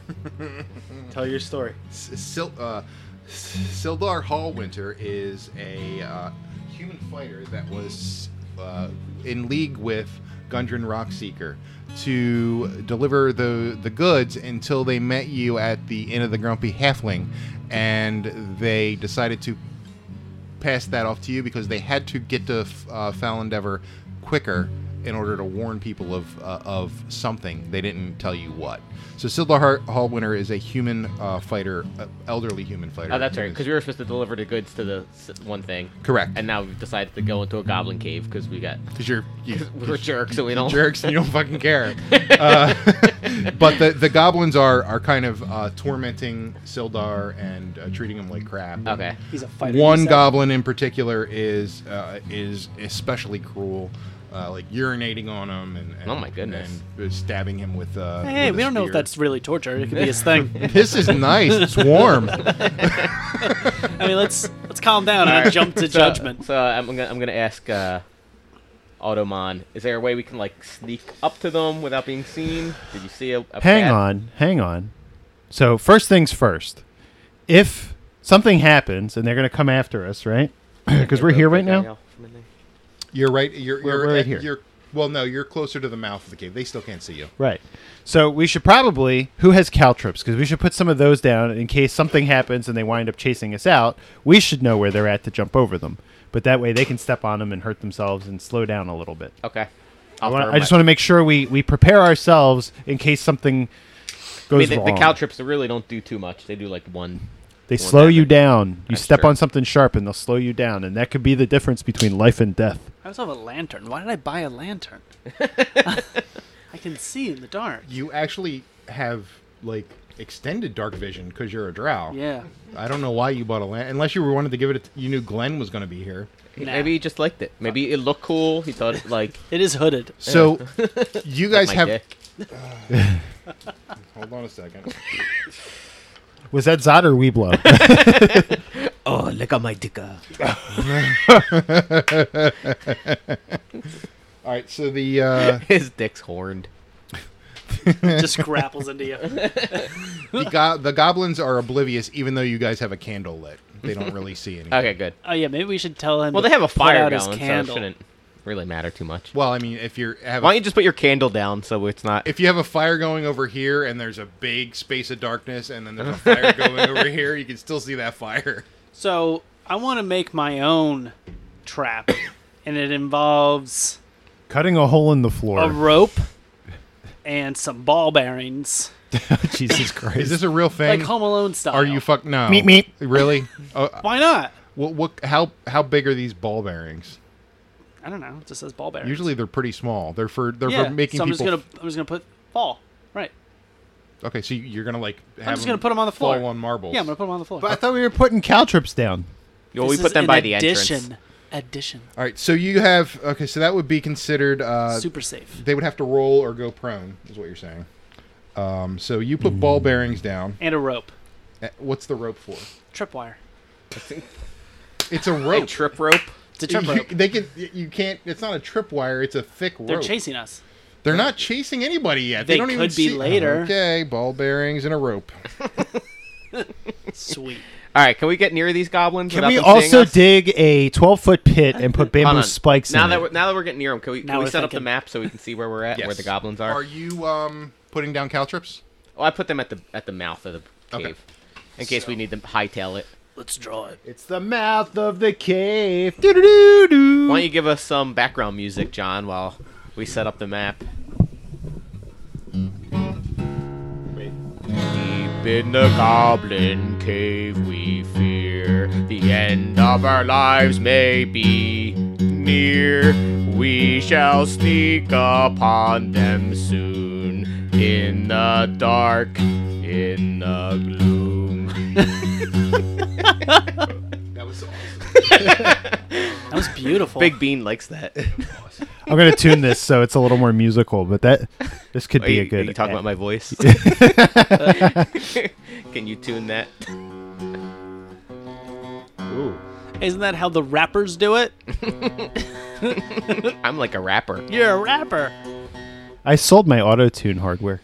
Speaker 6: Tell your story.
Speaker 2: S- Sil- uh, S- Sildar Hallwinter is a uh, human fighter that was uh, in league with Gundren Rockseeker to deliver the the goods until they met you at the Inn of the Grumpy Halfling, and they decided to pass that off to you because they had to get to uh, Foul Endeavor quicker in order to warn people of uh, of something. They didn't tell you what. So Sildar Har- Hallwinter is a human uh, fighter, uh, elderly human fighter.
Speaker 5: Oh, that's right. Because we were supposed to deliver the goods to the s- one thing.
Speaker 2: Correct.
Speaker 5: And now we've decided to go into a goblin cave because we got
Speaker 2: because you're you,
Speaker 5: we're jerks and we don't.
Speaker 2: jerks and you don't fucking care. Uh, but the the goblins are are kind of uh, tormenting Sildar and uh, treating him like crap.
Speaker 5: Okay.
Speaker 3: He's a fighter.
Speaker 2: One
Speaker 3: himself.
Speaker 2: goblin in particular is uh, is especially cruel, uh, like urinating on him and, and
Speaker 5: Oh my goodness.
Speaker 2: and stabbing him with. Uh,
Speaker 3: Hey, hey,
Speaker 2: with a
Speaker 3: we don't know if
Speaker 2: spear.
Speaker 3: that's really torture. It could be his thing.
Speaker 2: This is nice. It's warm.
Speaker 3: I mean, let's let's calm down and jump to judgment.
Speaker 5: So, so I'm gonna I'm gonna ask uh, Automon. Is there a way we can like sneak up to them without being seen? Did you see a, a
Speaker 6: Hang
Speaker 5: path?
Speaker 6: on, hang on. So first things first. If something happens and they're going to come after us, right? Because we're here right now.
Speaker 2: You're right. You're
Speaker 6: We're-
Speaker 2: you're
Speaker 6: we're right
Speaker 2: at-
Speaker 6: here.
Speaker 2: You're well, no, you're closer to the mouth of the cave. They still can't see you.
Speaker 6: Right. So we should probably who has caltrips because we should put some of those down in case something happens and they wind up chasing us out. We should know where they're at to jump over them, but that way they can step on them and hurt themselves and slow down a little bit.
Speaker 5: Okay.
Speaker 6: I, wanna,
Speaker 5: throw
Speaker 6: I just
Speaker 5: my-
Speaker 6: want to make sure we we prepare ourselves in case something
Speaker 5: I mean,
Speaker 6: goes
Speaker 5: the,
Speaker 6: wrong.
Speaker 5: the cow trips really don't do too much. They do like one.
Speaker 6: They
Speaker 5: Won't
Speaker 6: slow you
Speaker 5: happen.
Speaker 6: down. You
Speaker 5: That's
Speaker 6: step
Speaker 5: true.
Speaker 6: on something sharp and they'll slow you down, and that could be the difference between life and death.
Speaker 3: I also have a lantern. Why did I buy a lantern? I can see in the dark.
Speaker 2: You actually have like extended dark vision because you're a drow.
Speaker 3: Yeah.
Speaker 2: I don't know why you bought a land unless you were wanted to give it. A t- you knew Glenn was going to be here.
Speaker 3: Nah.
Speaker 5: Maybe he just liked it. Maybe it looked cool. He thought it like
Speaker 3: It is hooded.
Speaker 2: So you guys
Speaker 5: my
Speaker 2: have.
Speaker 5: dick.
Speaker 2: Hold on a second.
Speaker 6: Was that Zod or Weeblo?
Speaker 5: Oh, look at my dicker.
Speaker 2: All right. So the uh,
Speaker 5: His dick's horned.
Speaker 3: It just grapples into you.
Speaker 2: the, go- the goblins are oblivious, even though you guys have a candle lit. They don't really see anything.
Speaker 5: Okay, good.
Speaker 3: Oh yeah, maybe we should tell him.
Speaker 5: Well,
Speaker 3: to
Speaker 5: they have a
Speaker 3: put
Speaker 5: fire
Speaker 3: out his
Speaker 5: going, so it
Speaker 3: candle.
Speaker 5: shouldn't really matter too much.
Speaker 2: Well, I mean, if you're have
Speaker 5: Why don't
Speaker 2: a,
Speaker 5: you just put your candle down so it's not?
Speaker 2: if you have a fire going over here and there's a big space of darkness, and then there's a fire going over here, you can still see that fire.
Speaker 3: So I want to make my own trap, and it involves
Speaker 6: Cutting a hole in the
Speaker 3: a
Speaker 6: floor.
Speaker 3: rope and some ball bearings,
Speaker 6: Jesus Christ.
Speaker 2: Is this a real thing?
Speaker 3: like Home Alone style.
Speaker 2: are you fuck no?
Speaker 6: Meep, meep.
Speaker 2: Really? Oh,
Speaker 3: Why not?
Speaker 2: what, what? How how big are these ball bearings?
Speaker 3: I don't know. It just says ball bearings.
Speaker 2: Usually they're pretty small. They're for they're
Speaker 3: yeah.
Speaker 2: for making
Speaker 3: so I'm
Speaker 2: people.
Speaker 3: just gonna I'm just gonna put fall. Right.
Speaker 2: Okay, so you're gonna like. Have
Speaker 3: just gonna put 'em on the floor.
Speaker 2: Fall on marbles.
Speaker 3: Yeah, I'm gonna put them on the floor.
Speaker 6: But I thought we were putting caltrips down.
Speaker 5: Well,
Speaker 3: This
Speaker 5: we put
Speaker 3: is
Speaker 5: them
Speaker 3: an
Speaker 5: by the
Speaker 3: addition.
Speaker 5: entrance.
Speaker 3: Addition.
Speaker 2: All right, so you have okay, so that would be considered. Uh,
Speaker 3: Super safe.
Speaker 2: they would have to roll or go prone, is what you're saying. Um, so you put ball bearings down.
Speaker 3: And a rope.
Speaker 2: Uh, What's the rope for?
Speaker 3: Tripwire.
Speaker 2: It's a
Speaker 5: A
Speaker 2: rope.
Speaker 5: trip rope.
Speaker 3: It's a
Speaker 2: You-
Speaker 3: trip rope.
Speaker 2: they can. You can't. It's not a tripwire. It's a thick rope.
Speaker 3: They're chasing us.
Speaker 2: They're not chasing anybody yet. They,
Speaker 3: They
Speaker 2: don't even
Speaker 3: could be
Speaker 2: see-
Speaker 3: later.
Speaker 2: Okay, ball bearings and a rope.
Speaker 3: Sweet.
Speaker 5: All right, can we get near these goblins?
Speaker 6: Can
Speaker 5: without
Speaker 6: we
Speaker 5: them seeing
Speaker 6: also
Speaker 5: us?
Speaker 6: dig a 12 foot pit and put
Speaker 5: Hold
Speaker 6: bamboo
Speaker 5: on.
Speaker 6: spikes
Speaker 5: now
Speaker 6: in
Speaker 5: that
Speaker 6: it?
Speaker 5: We're, now that we're getting near them, can we,
Speaker 3: Now
Speaker 5: can we
Speaker 3: we're
Speaker 5: set up the
Speaker 3: thinking.
Speaker 5: map so we can see where we're at,
Speaker 2: Yes.
Speaker 5: where the goblins
Speaker 2: Are
Speaker 5: are?
Speaker 2: you um putting down caltrips?
Speaker 5: Oh, I put them at the at the mouth of the
Speaker 2: Okay.
Speaker 5: cave, in case we need to hightail it.
Speaker 3: Let's draw it.
Speaker 6: It's the mouth of the cave. Doo-doo-doo-doo.
Speaker 5: Why don't you give us some background music, John, while we set up the map?
Speaker 6: Wait.
Speaker 5: Deep in the goblin cave, we fear the end of our lives may be near. We shall sneak upon them soon in the dark, in the gloom.
Speaker 2: That was
Speaker 4: was awesome.
Speaker 3: That was beautiful.
Speaker 5: Big Bean likes that.
Speaker 6: I'm gonna tune this so it's a little more musical, but that this could
Speaker 5: Are
Speaker 6: be
Speaker 5: you,
Speaker 6: a good.
Speaker 5: are you talking about my voice? Can you tune that?
Speaker 6: Ooh.
Speaker 3: Isn't that how the rappers do it?
Speaker 5: I'm like a rapper.
Speaker 3: You're a rapper.
Speaker 6: I sold my auto tune hardware.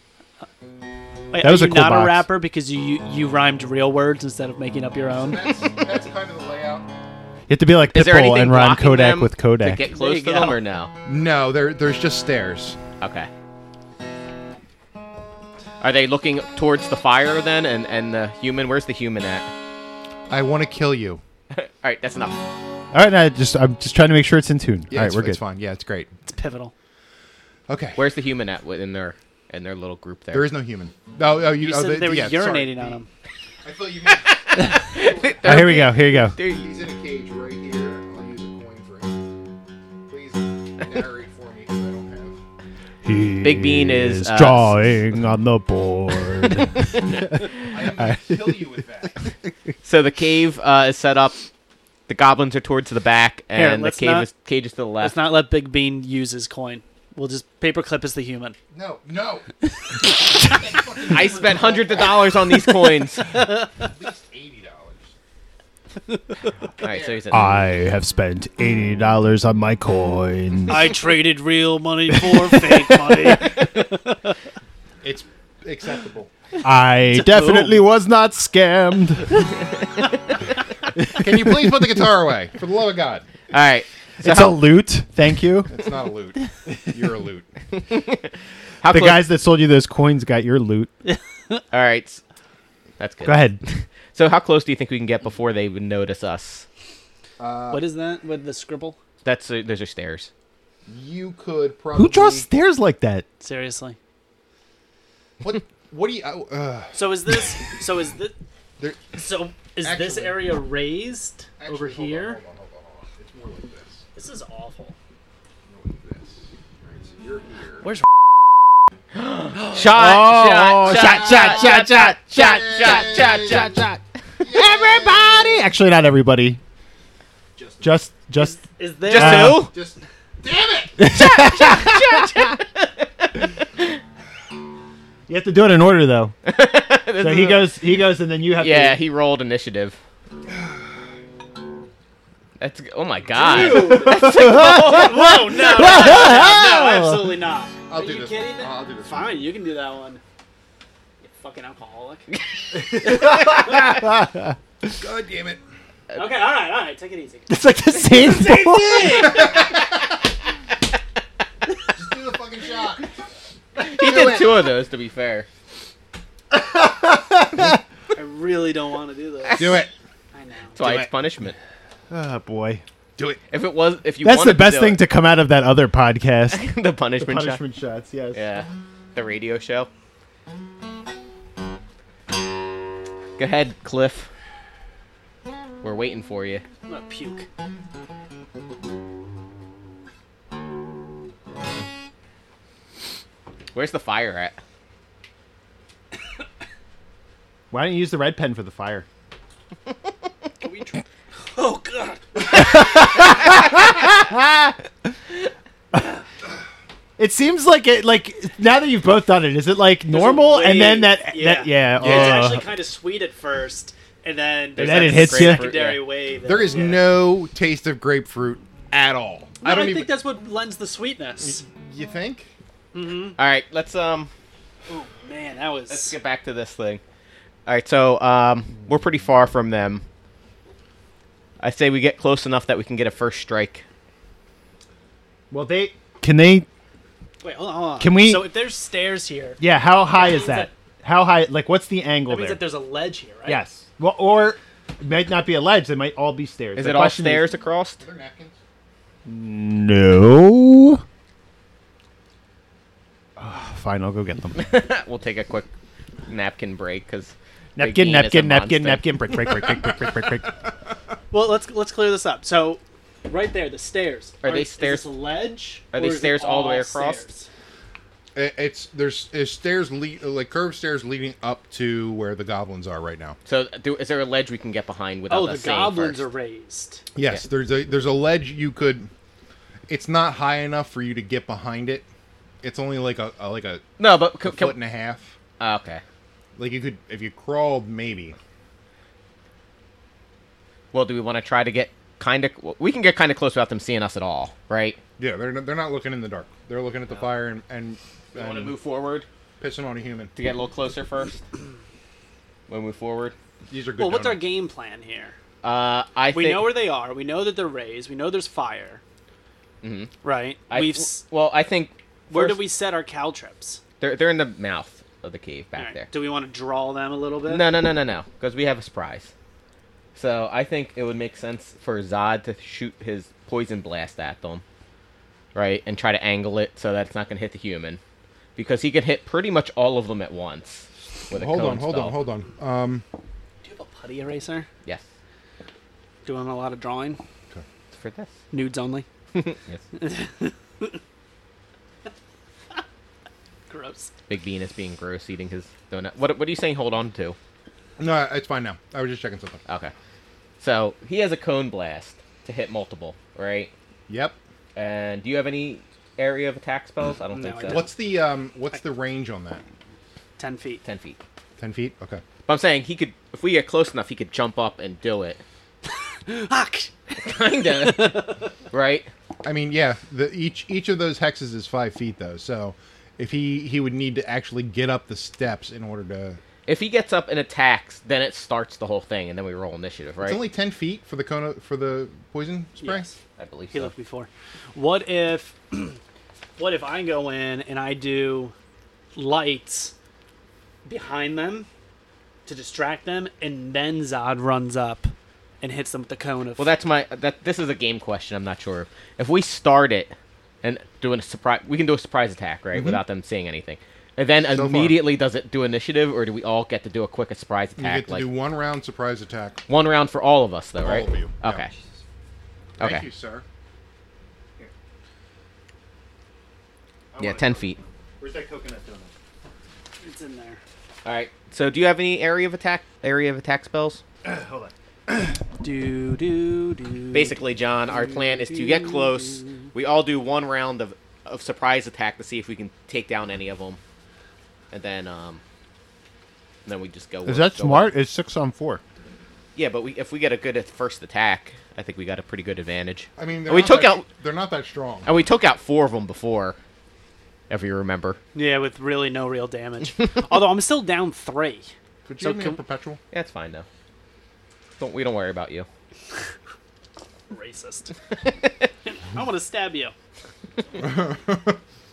Speaker 3: Wait,
Speaker 6: That was
Speaker 3: are
Speaker 6: a
Speaker 3: you
Speaker 6: cool
Speaker 3: not a
Speaker 6: box.
Speaker 3: rapper because you, you you rhymed real words instead of making up your own.
Speaker 2: That's, that's kind of the layout.
Speaker 6: You have to be like
Speaker 5: Is there
Speaker 6: Pitbull
Speaker 5: anything
Speaker 6: and Ron
Speaker 5: blocking
Speaker 6: Kodak
Speaker 5: them
Speaker 6: with
Speaker 5: to
Speaker 6: Kodak.
Speaker 5: get
Speaker 3: There
Speaker 5: close
Speaker 3: you
Speaker 5: to them
Speaker 3: go.
Speaker 5: or no?
Speaker 2: No, there there's just stairs.
Speaker 5: Okay. Are they looking towards the fire then? And and the human? Where's the human at?
Speaker 2: I want to kill you.
Speaker 5: All right, that's enough.
Speaker 6: All right, now just I'm just trying to make sure it's in tune.
Speaker 2: Yeah,
Speaker 6: All right,
Speaker 2: it's,
Speaker 6: we're
Speaker 2: it's
Speaker 6: good.
Speaker 2: fine. Yeah, it's great.
Speaker 3: It's pivotal.
Speaker 2: Okay.
Speaker 5: Where's the human at within their in their little group there?
Speaker 2: There is no human. Oh, oh you,
Speaker 3: You
Speaker 2: oh,
Speaker 3: said
Speaker 2: the-
Speaker 3: they were
Speaker 2: yeah, sorry.
Speaker 3: urinating on him.
Speaker 2: I thought you meant
Speaker 6: Oh, here we go. Here you go.
Speaker 5: There you-
Speaker 2: he's in a cage right here. I'll use a coin for him. Please narrate for me because I don't have.
Speaker 6: He
Speaker 5: Big Bean is, uh,
Speaker 6: drawing on the board.
Speaker 2: I will kill you with that.
Speaker 5: So the cave uh, is set up. The goblins are towards the back,
Speaker 3: Here,
Speaker 5: and the
Speaker 3: let's
Speaker 5: cave
Speaker 3: not-
Speaker 5: is cage is to the
Speaker 3: Let's
Speaker 5: left.
Speaker 3: not let Big Bean use his coin. We'll just paperclip as the human.
Speaker 2: No, no.
Speaker 5: I spent hundreds of dollars on these coins. All
Speaker 2: At least eighty dollars.
Speaker 5: right, so he's in.
Speaker 6: I have spent eighty dollars on my coin.
Speaker 3: I traded real money for fake money.
Speaker 2: It's acceptable.
Speaker 6: I definitely was not scammed.
Speaker 2: Can you please put the guitar away? For the love of God.
Speaker 5: All right. So
Speaker 6: It's a
Speaker 5: how,
Speaker 6: loot. Thank you.
Speaker 2: It's not a loot. You're a loot.
Speaker 5: how
Speaker 6: The
Speaker 5: close-
Speaker 6: guys that sold you those coins got your loot.
Speaker 5: All right. s- That's good.
Speaker 6: Go ahead.
Speaker 5: So how close do you think we can get before they would notice us?
Speaker 3: Uh, what is that with the scribble?
Speaker 5: That's uh, those are stairs.
Speaker 2: You could probably.
Speaker 6: Who draws stairs like that?
Speaker 3: Seriously.
Speaker 2: What? What do you? oh, Uh,
Speaker 3: So is this? So is this?
Speaker 2: there,
Speaker 3: So is this
Speaker 2: Actually-
Speaker 3: area raised
Speaker 2: actually,
Speaker 3: over
Speaker 2: hold on,
Speaker 3: here?
Speaker 2: hold on, hold on, hold on. It's more like this.
Speaker 3: This is awful.
Speaker 2: More like this. All right, so you're here.
Speaker 3: Where's
Speaker 5: Shot, shot, shot, shot, shot, shot, shot, shot,
Speaker 2: Yay!
Speaker 5: shot, shot, shot.
Speaker 6: Everybody. Actually, not everybody.
Speaker 2: Just-
Speaker 6: Just, just.
Speaker 3: Is there?
Speaker 5: Just
Speaker 6: Uh,
Speaker 5: who?
Speaker 2: Just. Damn it!
Speaker 6: You have to do it in order, though.
Speaker 5: This
Speaker 6: So
Speaker 5: is
Speaker 6: he
Speaker 5: a-
Speaker 6: goes, he goes, and then you have.
Speaker 5: Yeah,
Speaker 6: to...
Speaker 5: he rolled initiative. That's oh my god.
Speaker 3: Whoa! No, no, no, no, absolutely not.
Speaker 2: I'll
Speaker 3: Are
Speaker 2: do
Speaker 3: you
Speaker 2: this.
Speaker 3: kidding me?
Speaker 2: I'll I'll do this.
Speaker 3: Fine, you can do that one. You fucking alcoholic. okay,
Speaker 2: God damn it!
Speaker 3: all right, all right, take it easy.
Speaker 6: It's like the same thing.
Speaker 2: Just do the fucking shot.
Speaker 5: He did two of those to be fair.
Speaker 3: I really don't want to do this.
Speaker 2: Do it.
Speaker 3: I know.
Speaker 5: That's why
Speaker 2: Do
Speaker 5: it's
Speaker 2: it.
Speaker 5: punishment.
Speaker 6: Oh boy,
Speaker 2: Do it.
Speaker 5: If it was if you
Speaker 6: that's
Speaker 5: wanted
Speaker 6: the best
Speaker 5: to do
Speaker 6: thing
Speaker 5: it,
Speaker 6: to come out of that other podcast.
Speaker 5: the punishment, shot.
Speaker 6: Punishment shots, yes.
Speaker 5: Yeah. The radio show. Go ahead, Cliff. We're waiting for you.
Speaker 3: I'm gonna puke.
Speaker 5: Where's the fire at?
Speaker 6: Why don't you use the red pen for the fire?
Speaker 3: Can we? Tr- oh god.
Speaker 6: It seems like it. Like now that you've both done it, is it like normal and then
Speaker 3: wave,
Speaker 6: that
Speaker 3: yeah.
Speaker 6: that yeah?
Speaker 3: Yeah, it's
Speaker 6: oh.
Speaker 3: actually kind of sweet at first, and then
Speaker 6: And
Speaker 3: there's
Speaker 6: then
Speaker 3: that
Speaker 6: it hits you.
Speaker 5: grapefruit,
Speaker 3: secondary
Speaker 5: yeah.
Speaker 3: wave.
Speaker 2: There is
Speaker 3: yeah.
Speaker 2: no taste of grapefruit at all.
Speaker 3: No,
Speaker 2: I don't
Speaker 3: think
Speaker 2: even.
Speaker 3: that's what lends the sweetness.
Speaker 2: you think?
Speaker 5: All right, let's um
Speaker 3: Oh man, that was.
Speaker 5: let's get back to this thing. All right, so um we're pretty far from them. I say we get close enough that we can get a first strike.
Speaker 6: Well, they can they.
Speaker 3: Wait, hold on, hold on.
Speaker 6: Can we-
Speaker 3: So if there's stairs here,
Speaker 6: Yeah, how high is
Speaker 3: means
Speaker 6: that? How high? Like, what's the angle
Speaker 3: that means
Speaker 6: there?
Speaker 3: that there's a ledge here, right?
Speaker 6: Yes. Well, or it might not be a ledge. They might all be stairs.
Speaker 5: Is
Speaker 6: The
Speaker 5: it all
Speaker 6: question
Speaker 5: stairs across?
Speaker 2: Are there napkins?
Speaker 6: No. Ah, fine, I'll go get them.
Speaker 5: we'll take a quick napkin break E cuz
Speaker 6: Napkin, napkin, napkin, napkin, brick, brick, brick, brick, brick, brick, brick, brick.
Speaker 3: Well, let's let's clear this up. So, right there, the stairs.
Speaker 5: Are they
Speaker 3: is
Speaker 5: stairs-
Speaker 3: this a ledge?
Speaker 5: Are
Speaker 3: or
Speaker 5: they
Speaker 3: is it
Speaker 5: stairs all the way across?
Speaker 3: stairs?
Speaker 2: It- It's there's, there's stairs le- like curved stairs leading up to where the goblins are right now.
Speaker 5: So, do, is there a ledge we can get behind without?
Speaker 3: Oh,
Speaker 5: us
Speaker 3: the
Speaker 5: saying
Speaker 3: goblins
Speaker 5: first?
Speaker 3: are raised.
Speaker 2: Yes,
Speaker 5: Yeah.
Speaker 2: there's a there's a ledge you could. It's not high enough for you to get behind it. It's only like a, a like a
Speaker 5: No, but c-
Speaker 2: foot and a half.
Speaker 5: Ah, okay.
Speaker 2: Like you could if you crawled maybe.
Speaker 5: Well, do we want to try to get kind of? We can get kind of close without them seeing us at all, right?
Speaker 2: Yeah, they're not, they're not looking in the dark. They're looking at the fire and and,
Speaker 5: We want to
Speaker 2: and
Speaker 5: move forward
Speaker 2: pissing on a human.
Speaker 5: to get a little closer first. we move forward.
Speaker 2: These are good.
Speaker 3: Well, what's our
Speaker 2: gentlemen.
Speaker 3: game plan here?
Speaker 5: Uh, I
Speaker 3: We
Speaker 5: think,
Speaker 3: know where they are. We know that they're raised. We know there's fire. Mm-hmm. Right.
Speaker 5: I,
Speaker 3: We've. s-
Speaker 5: well, I think.
Speaker 3: Where
Speaker 5: first-
Speaker 3: do we set our caltrips?
Speaker 5: They're they're in the mouth of the cave back
Speaker 3: Alright,
Speaker 5: there.
Speaker 3: Do we want to draw them a little bit?
Speaker 5: No, no, no, no, no. Because we have a surprise. So I think it would make sense for Zod to shoot his poison blast at them, right, and try to angle it so that it's not going to hit the human, because he can hit pretty much all of them at once. With a
Speaker 2: Hold
Speaker 5: cone
Speaker 2: on, hold
Speaker 5: spell.
Speaker 2: on, hold on. Um,
Speaker 3: Do you have a putty eraser?
Speaker 5: Yes,
Speaker 3: Doing a lot of drawing.
Speaker 5: it's for this.
Speaker 3: Nudes only.
Speaker 5: Yes.
Speaker 3: Gross.
Speaker 5: Big Bean is being gross, eating his donut. What What are you saying? Hold on to.
Speaker 2: no, it's fine now. I was just checking something.
Speaker 5: Okay. So he has a cone blast to hit multiple, right?
Speaker 2: Yep.
Speaker 5: And do you have any area of attack spells? I don't
Speaker 3: No,
Speaker 5: think
Speaker 3: I
Speaker 5: so.
Speaker 3: don't.
Speaker 2: What's the um what's the range on that?
Speaker 3: Ten feet.
Speaker 5: ten feet?
Speaker 2: Ten feet. Okay.
Speaker 5: But I'm saying he could, if we get close enough, he could jump up and do it.
Speaker 3: Fuck!
Speaker 5: Kinda, right?
Speaker 2: I mean, yeah. The each each of those hexes is five feet though, so if he he would need to actually get up the steps in order to.
Speaker 5: If he gets up and attacks, then it starts the whole thing, and then we roll initiative, right?
Speaker 2: It's only ten feet for the cone of- for the poison spray.
Speaker 3: Yes.
Speaker 5: I believe
Speaker 3: He
Speaker 5: so.
Speaker 3: looked before. What if, what if I go in and I do lights behind them to distract them, and then Zod runs up and hits them with the cone of.
Speaker 5: Well, that's my that. This is a game question. I'm not sure if we start it and doing a surprise. We can do a surprise attack, right, without them seeing anything. And then
Speaker 2: Mm-hmm. far.
Speaker 5: immediately, does it do initiative, or do we all get to do a quick surprise
Speaker 2: You
Speaker 5: attack?
Speaker 2: get to
Speaker 5: like
Speaker 2: do one round surprise attack.
Speaker 5: one round for all of us, though, right?
Speaker 2: of you, yeah.
Speaker 5: Okay.
Speaker 2: Thank
Speaker 5: Okay.
Speaker 2: you, sir.
Speaker 5: Yeah, ten feet.
Speaker 4: Where's that coconut donut?
Speaker 3: it's in there.
Speaker 5: All right. So, do you have any area of attack area of attack spells?
Speaker 4: Hold on.
Speaker 3: Do do do.
Speaker 5: Basically, John, our plan is to get close. We all do one round of, of surprise attack to see if we can take down any of them, and then um, then we just go.
Speaker 6: Is that
Speaker 5: go-
Speaker 6: smart? It's six on four.
Speaker 5: Yeah, but we, if we get a good at first attack, I think we got a pretty good advantage.
Speaker 2: I mean, they're
Speaker 5: and we
Speaker 2: not
Speaker 5: took
Speaker 2: that-
Speaker 5: out Oh,
Speaker 2: They're not that strong.
Speaker 5: and we took out four of them before, if you remember.
Speaker 3: Yeah, with really no real damage. Although I'm still down three.
Speaker 2: Could you
Speaker 3: So
Speaker 2: give me a
Speaker 3: can-
Speaker 2: perpetual?
Speaker 5: Yeah, it's fine though. Don't we don't worry about you.
Speaker 3: Racist. I want to stab you.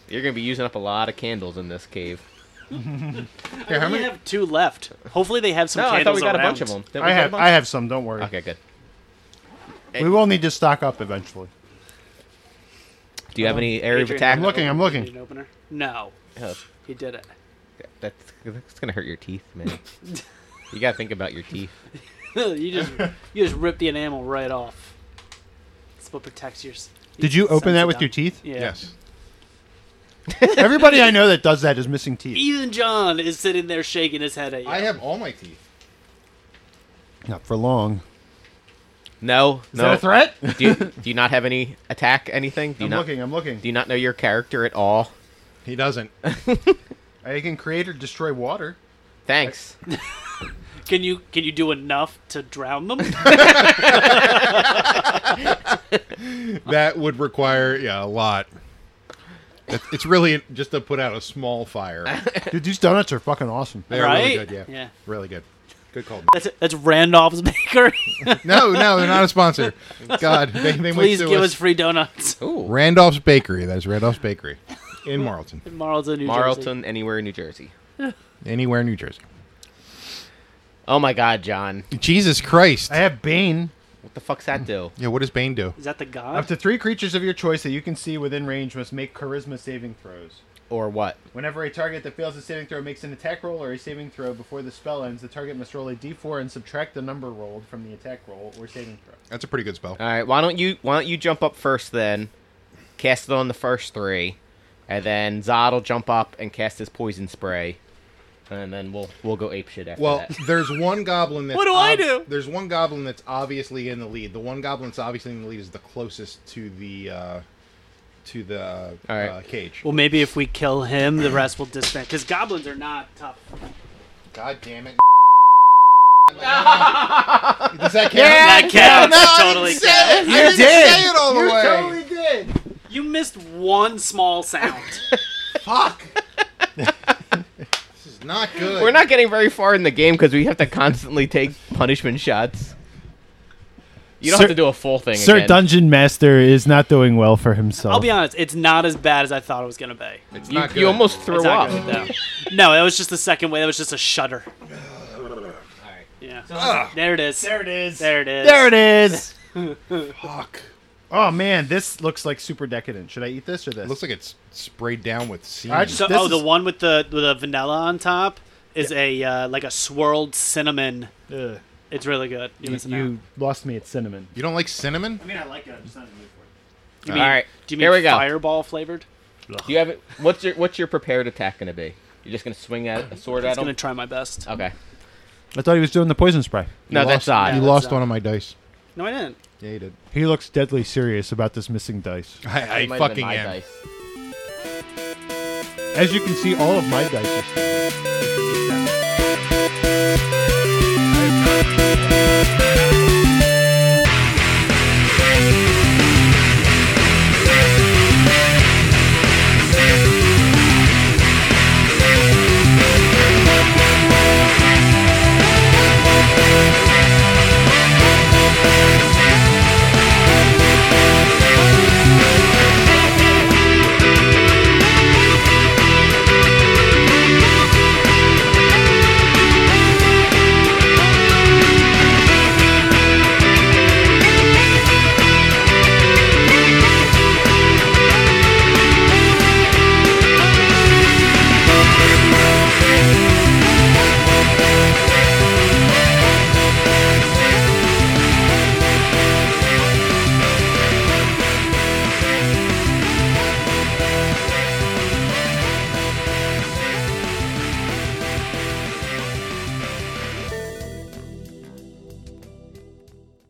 Speaker 5: You're gonna be using up a lot of candles in this cave.
Speaker 2: Yeah, how
Speaker 3: We
Speaker 2: many?
Speaker 3: have two left. Hopefully they have some
Speaker 5: No, I thought
Speaker 3: candles
Speaker 5: we got
Speaker 3: around.
Speaker 5: a bunch of them. Didn't
Speaker 6: I
Speaker 5: we get a
Speaker 6: have
Speaker 5: bunch?
Speaker 6: I have some. Don't worry.
Speaker 5: Okay, good.
Speaker 6: We will need to stock up eventually.
Speaker 5: Do you have any area of
Speaker 3: Adrian,
Speaker 5: attack?
Speaker 6: I'm looking. I'm
Speaker 3: Need
Speaker 6: looking.
Speaker 3: an opener? No,
Speaker 5: Oh,
Speaker 3: he did it.
Speaker 5: that's that's gonna hurt your teeth, man. you gotta think about your teeth.
Speaker 3: you just you just rip the enamel right off. It's what protects your. s-
Speaker 6: Did you open that with your
Speaker 3: sensitive-
Speaker 6: teeth?
Speaker 3: Yeah.
Speaker 2: Yes.
Speaker 6: Everybody I know that does that is missing teeth.
Speaker 3: Even John is sitting there shaking his head at you.
Speaker 2: I have all my teeth.
Speaker 6: Not for long.
Speaker 5: No,
Speaker 6: Is
Speaker 5: no.
Speaker 6: that a threat?
Speaker 5: do you do you not have any attack anything? Do you
Speaker 6: I'm
Speaker 5: not
Speaker 6: looking. I'm looking.
Speaker 5: do you not know your character at all?
Speaker 2: He doesn't.
Speaker 6: I can create or destroy water.
Speaker 5: Thanks.
Speaker 3: Can you can you do enough to drown them?
Speaker 2: that would require yeah a lot. It- It's really just to put out a small fire.
Speaker 6: Dude, these donuts are fucking awesome.
Speaker 2: They're really
Speaker 3: Right?
Speaker 2: good. Yeah.
Speaker 3: Yeah.
Speaker 2: Really good. Good call.
Speaker 3: that's that's Randolph's Bakery.
Speaker 2: No, no, they're not a sponsor. God, they, they might
Speaker 3: Please
Speaker 2: sue
Speaker 3: give
Speaker 2: us.
Speaker 3: us free donuts.
Speaker 5: Ooh.
Speaker 2: Randolph's Bakery. That's Randolph's Bakery in Marlton,
Speaker 3: Marlton, New Jersey.
Speaker 5: Marlton, anywhere in New Jersey.
Speaker 2: anywhere in New Jersey.
Speaker 5: Oh my God, John!
Speaker 2: Jesus Christ.
Speaker 6: I have Bane.
Speaker 5: What the fuck's that do?
Speaker 2: Yeah, what does Bane do?
Speaker 3: Is that the
Speaker 6: Up
Speaker 3: god?
Speaker 6: to three creatures of your choice that you can see within range must make charisma saving throws.
Speaker 5: Or what?
Speaker 6: Whenever a target that fails a saving throw makes an attack roll or a saving throw before the spell ends, the target must roll a d4 and subtract the number rolled from the attack roll or saving throw.
Speaker 2: That's a pretty good spell.
Speaker 5: All right. Why don't you Why don't you jump up first then? Cast it on the first three, and then Zod will jump up and cast his poison spray, and then we'll we'll go ape shit after
Speaker 2: Well,
Speaker 5: that.
Speaker 2: there's one goblin that's
Speaker 3: What do I do?
Speaker 2: There's one goblin that's obviously in the lead. The one goblin that's obviously in the lead is the closest to the uh, to the uh,
Speaker 5: All right.
Speaker 2: uh, cage.
Speaker 3: Well, maybe if we kill him, the rest will disband. Because goblins are not tough.
Speaker 2: God damn it! Does that count?
Speaker 3: that counts. totally counts.
Speaker 2: I didn't say it all the way.
Speaker 5: did.
Speaker 3: You missed one small sound.
Speaker 2: Fuck. this is not good.
Speaker 5: We're not getting very far in the game because we have to constantly take punishment shots. You don't
Speaker 6: Sir-
Speaker 5: have to do a full thing.
Speaker 6: Sir
Speaker 5: again.
Speaker 6: Dungeon Master is not doing well for himself.
Speaker 3: I'll be honest, it's not as bad as I thought it was gonna be.
Speaker 2: It's
Speaker 5: you,
Speaker 2: not good.
Speaker 5: you almost threw
Speaker 3: It's
Speaker 5: up.
Speaker 3: not good though. No, that was just the second way. That was just a shudder. Yeah. There it is.
Speaker 6: There it is.
Speaker 3: There it is.
Speaker 6: Ah. There it is.
Speaker 2: Fuck.
Speaker 6: Oh man, this looks like super decadent. Should I eat this or this?
Speaker 2: It looks like it's sprayed down with semen.
Speaker 6: I just-
Speaker 3: So,
Speaker 6: This
Speaker 3: oh, the
Speaker 6: is-
Speaker 3: one with the with the vanilla on top is a uh, like a swirled cinnamon.
Speaker 6: Ugh.
Speaker 3: It's really good. You're
Speaker 6: you,
Speaker 3: missing out.
Speaker 6: you lost me at cinnamon.
Speaker 2: you don't like cinnamon?
Speaker 4: I mean, I like it. I'm just not in the mood for it.
Speaker 3: You
Speaker 5: All right,
Speaker 3: Do you mean
Speaker 5: here we go.
Speaker 3: fireball flavored?
Speaker 5: Do you have it? What's your what's your prepared attack gonna be? You're just gonna swing at a sword
Speaker 3: I'm
Speaker 5: at
Speaker 3: gonna
Speaker 5: him.
Speaker 3: try my best.
Speaker 5: Okay.
Speaker 6: I thought he was doing the poison spray.
Speaker 5: No, that's
Speaker 2: odd.
Speaker 5: odd.
Speaker 2: You
Speaker 3: Yeah,
Speaker 2: lost
Speaker 3: that's odd.
Speaker 2: one of my dice.
Speaker 3: No, I didn't.
Speaker 2: Yeah, you did.
Speaker 6: He looks deadly serious about this missing dice.
Speaker 2: I, I
Speaker 5: It might have been
Speaker 2: fucking
Speaker 5: my
Speaker 2: am.
Speaker 5: dice.
Speaker 6: As you can see, all of my dice are.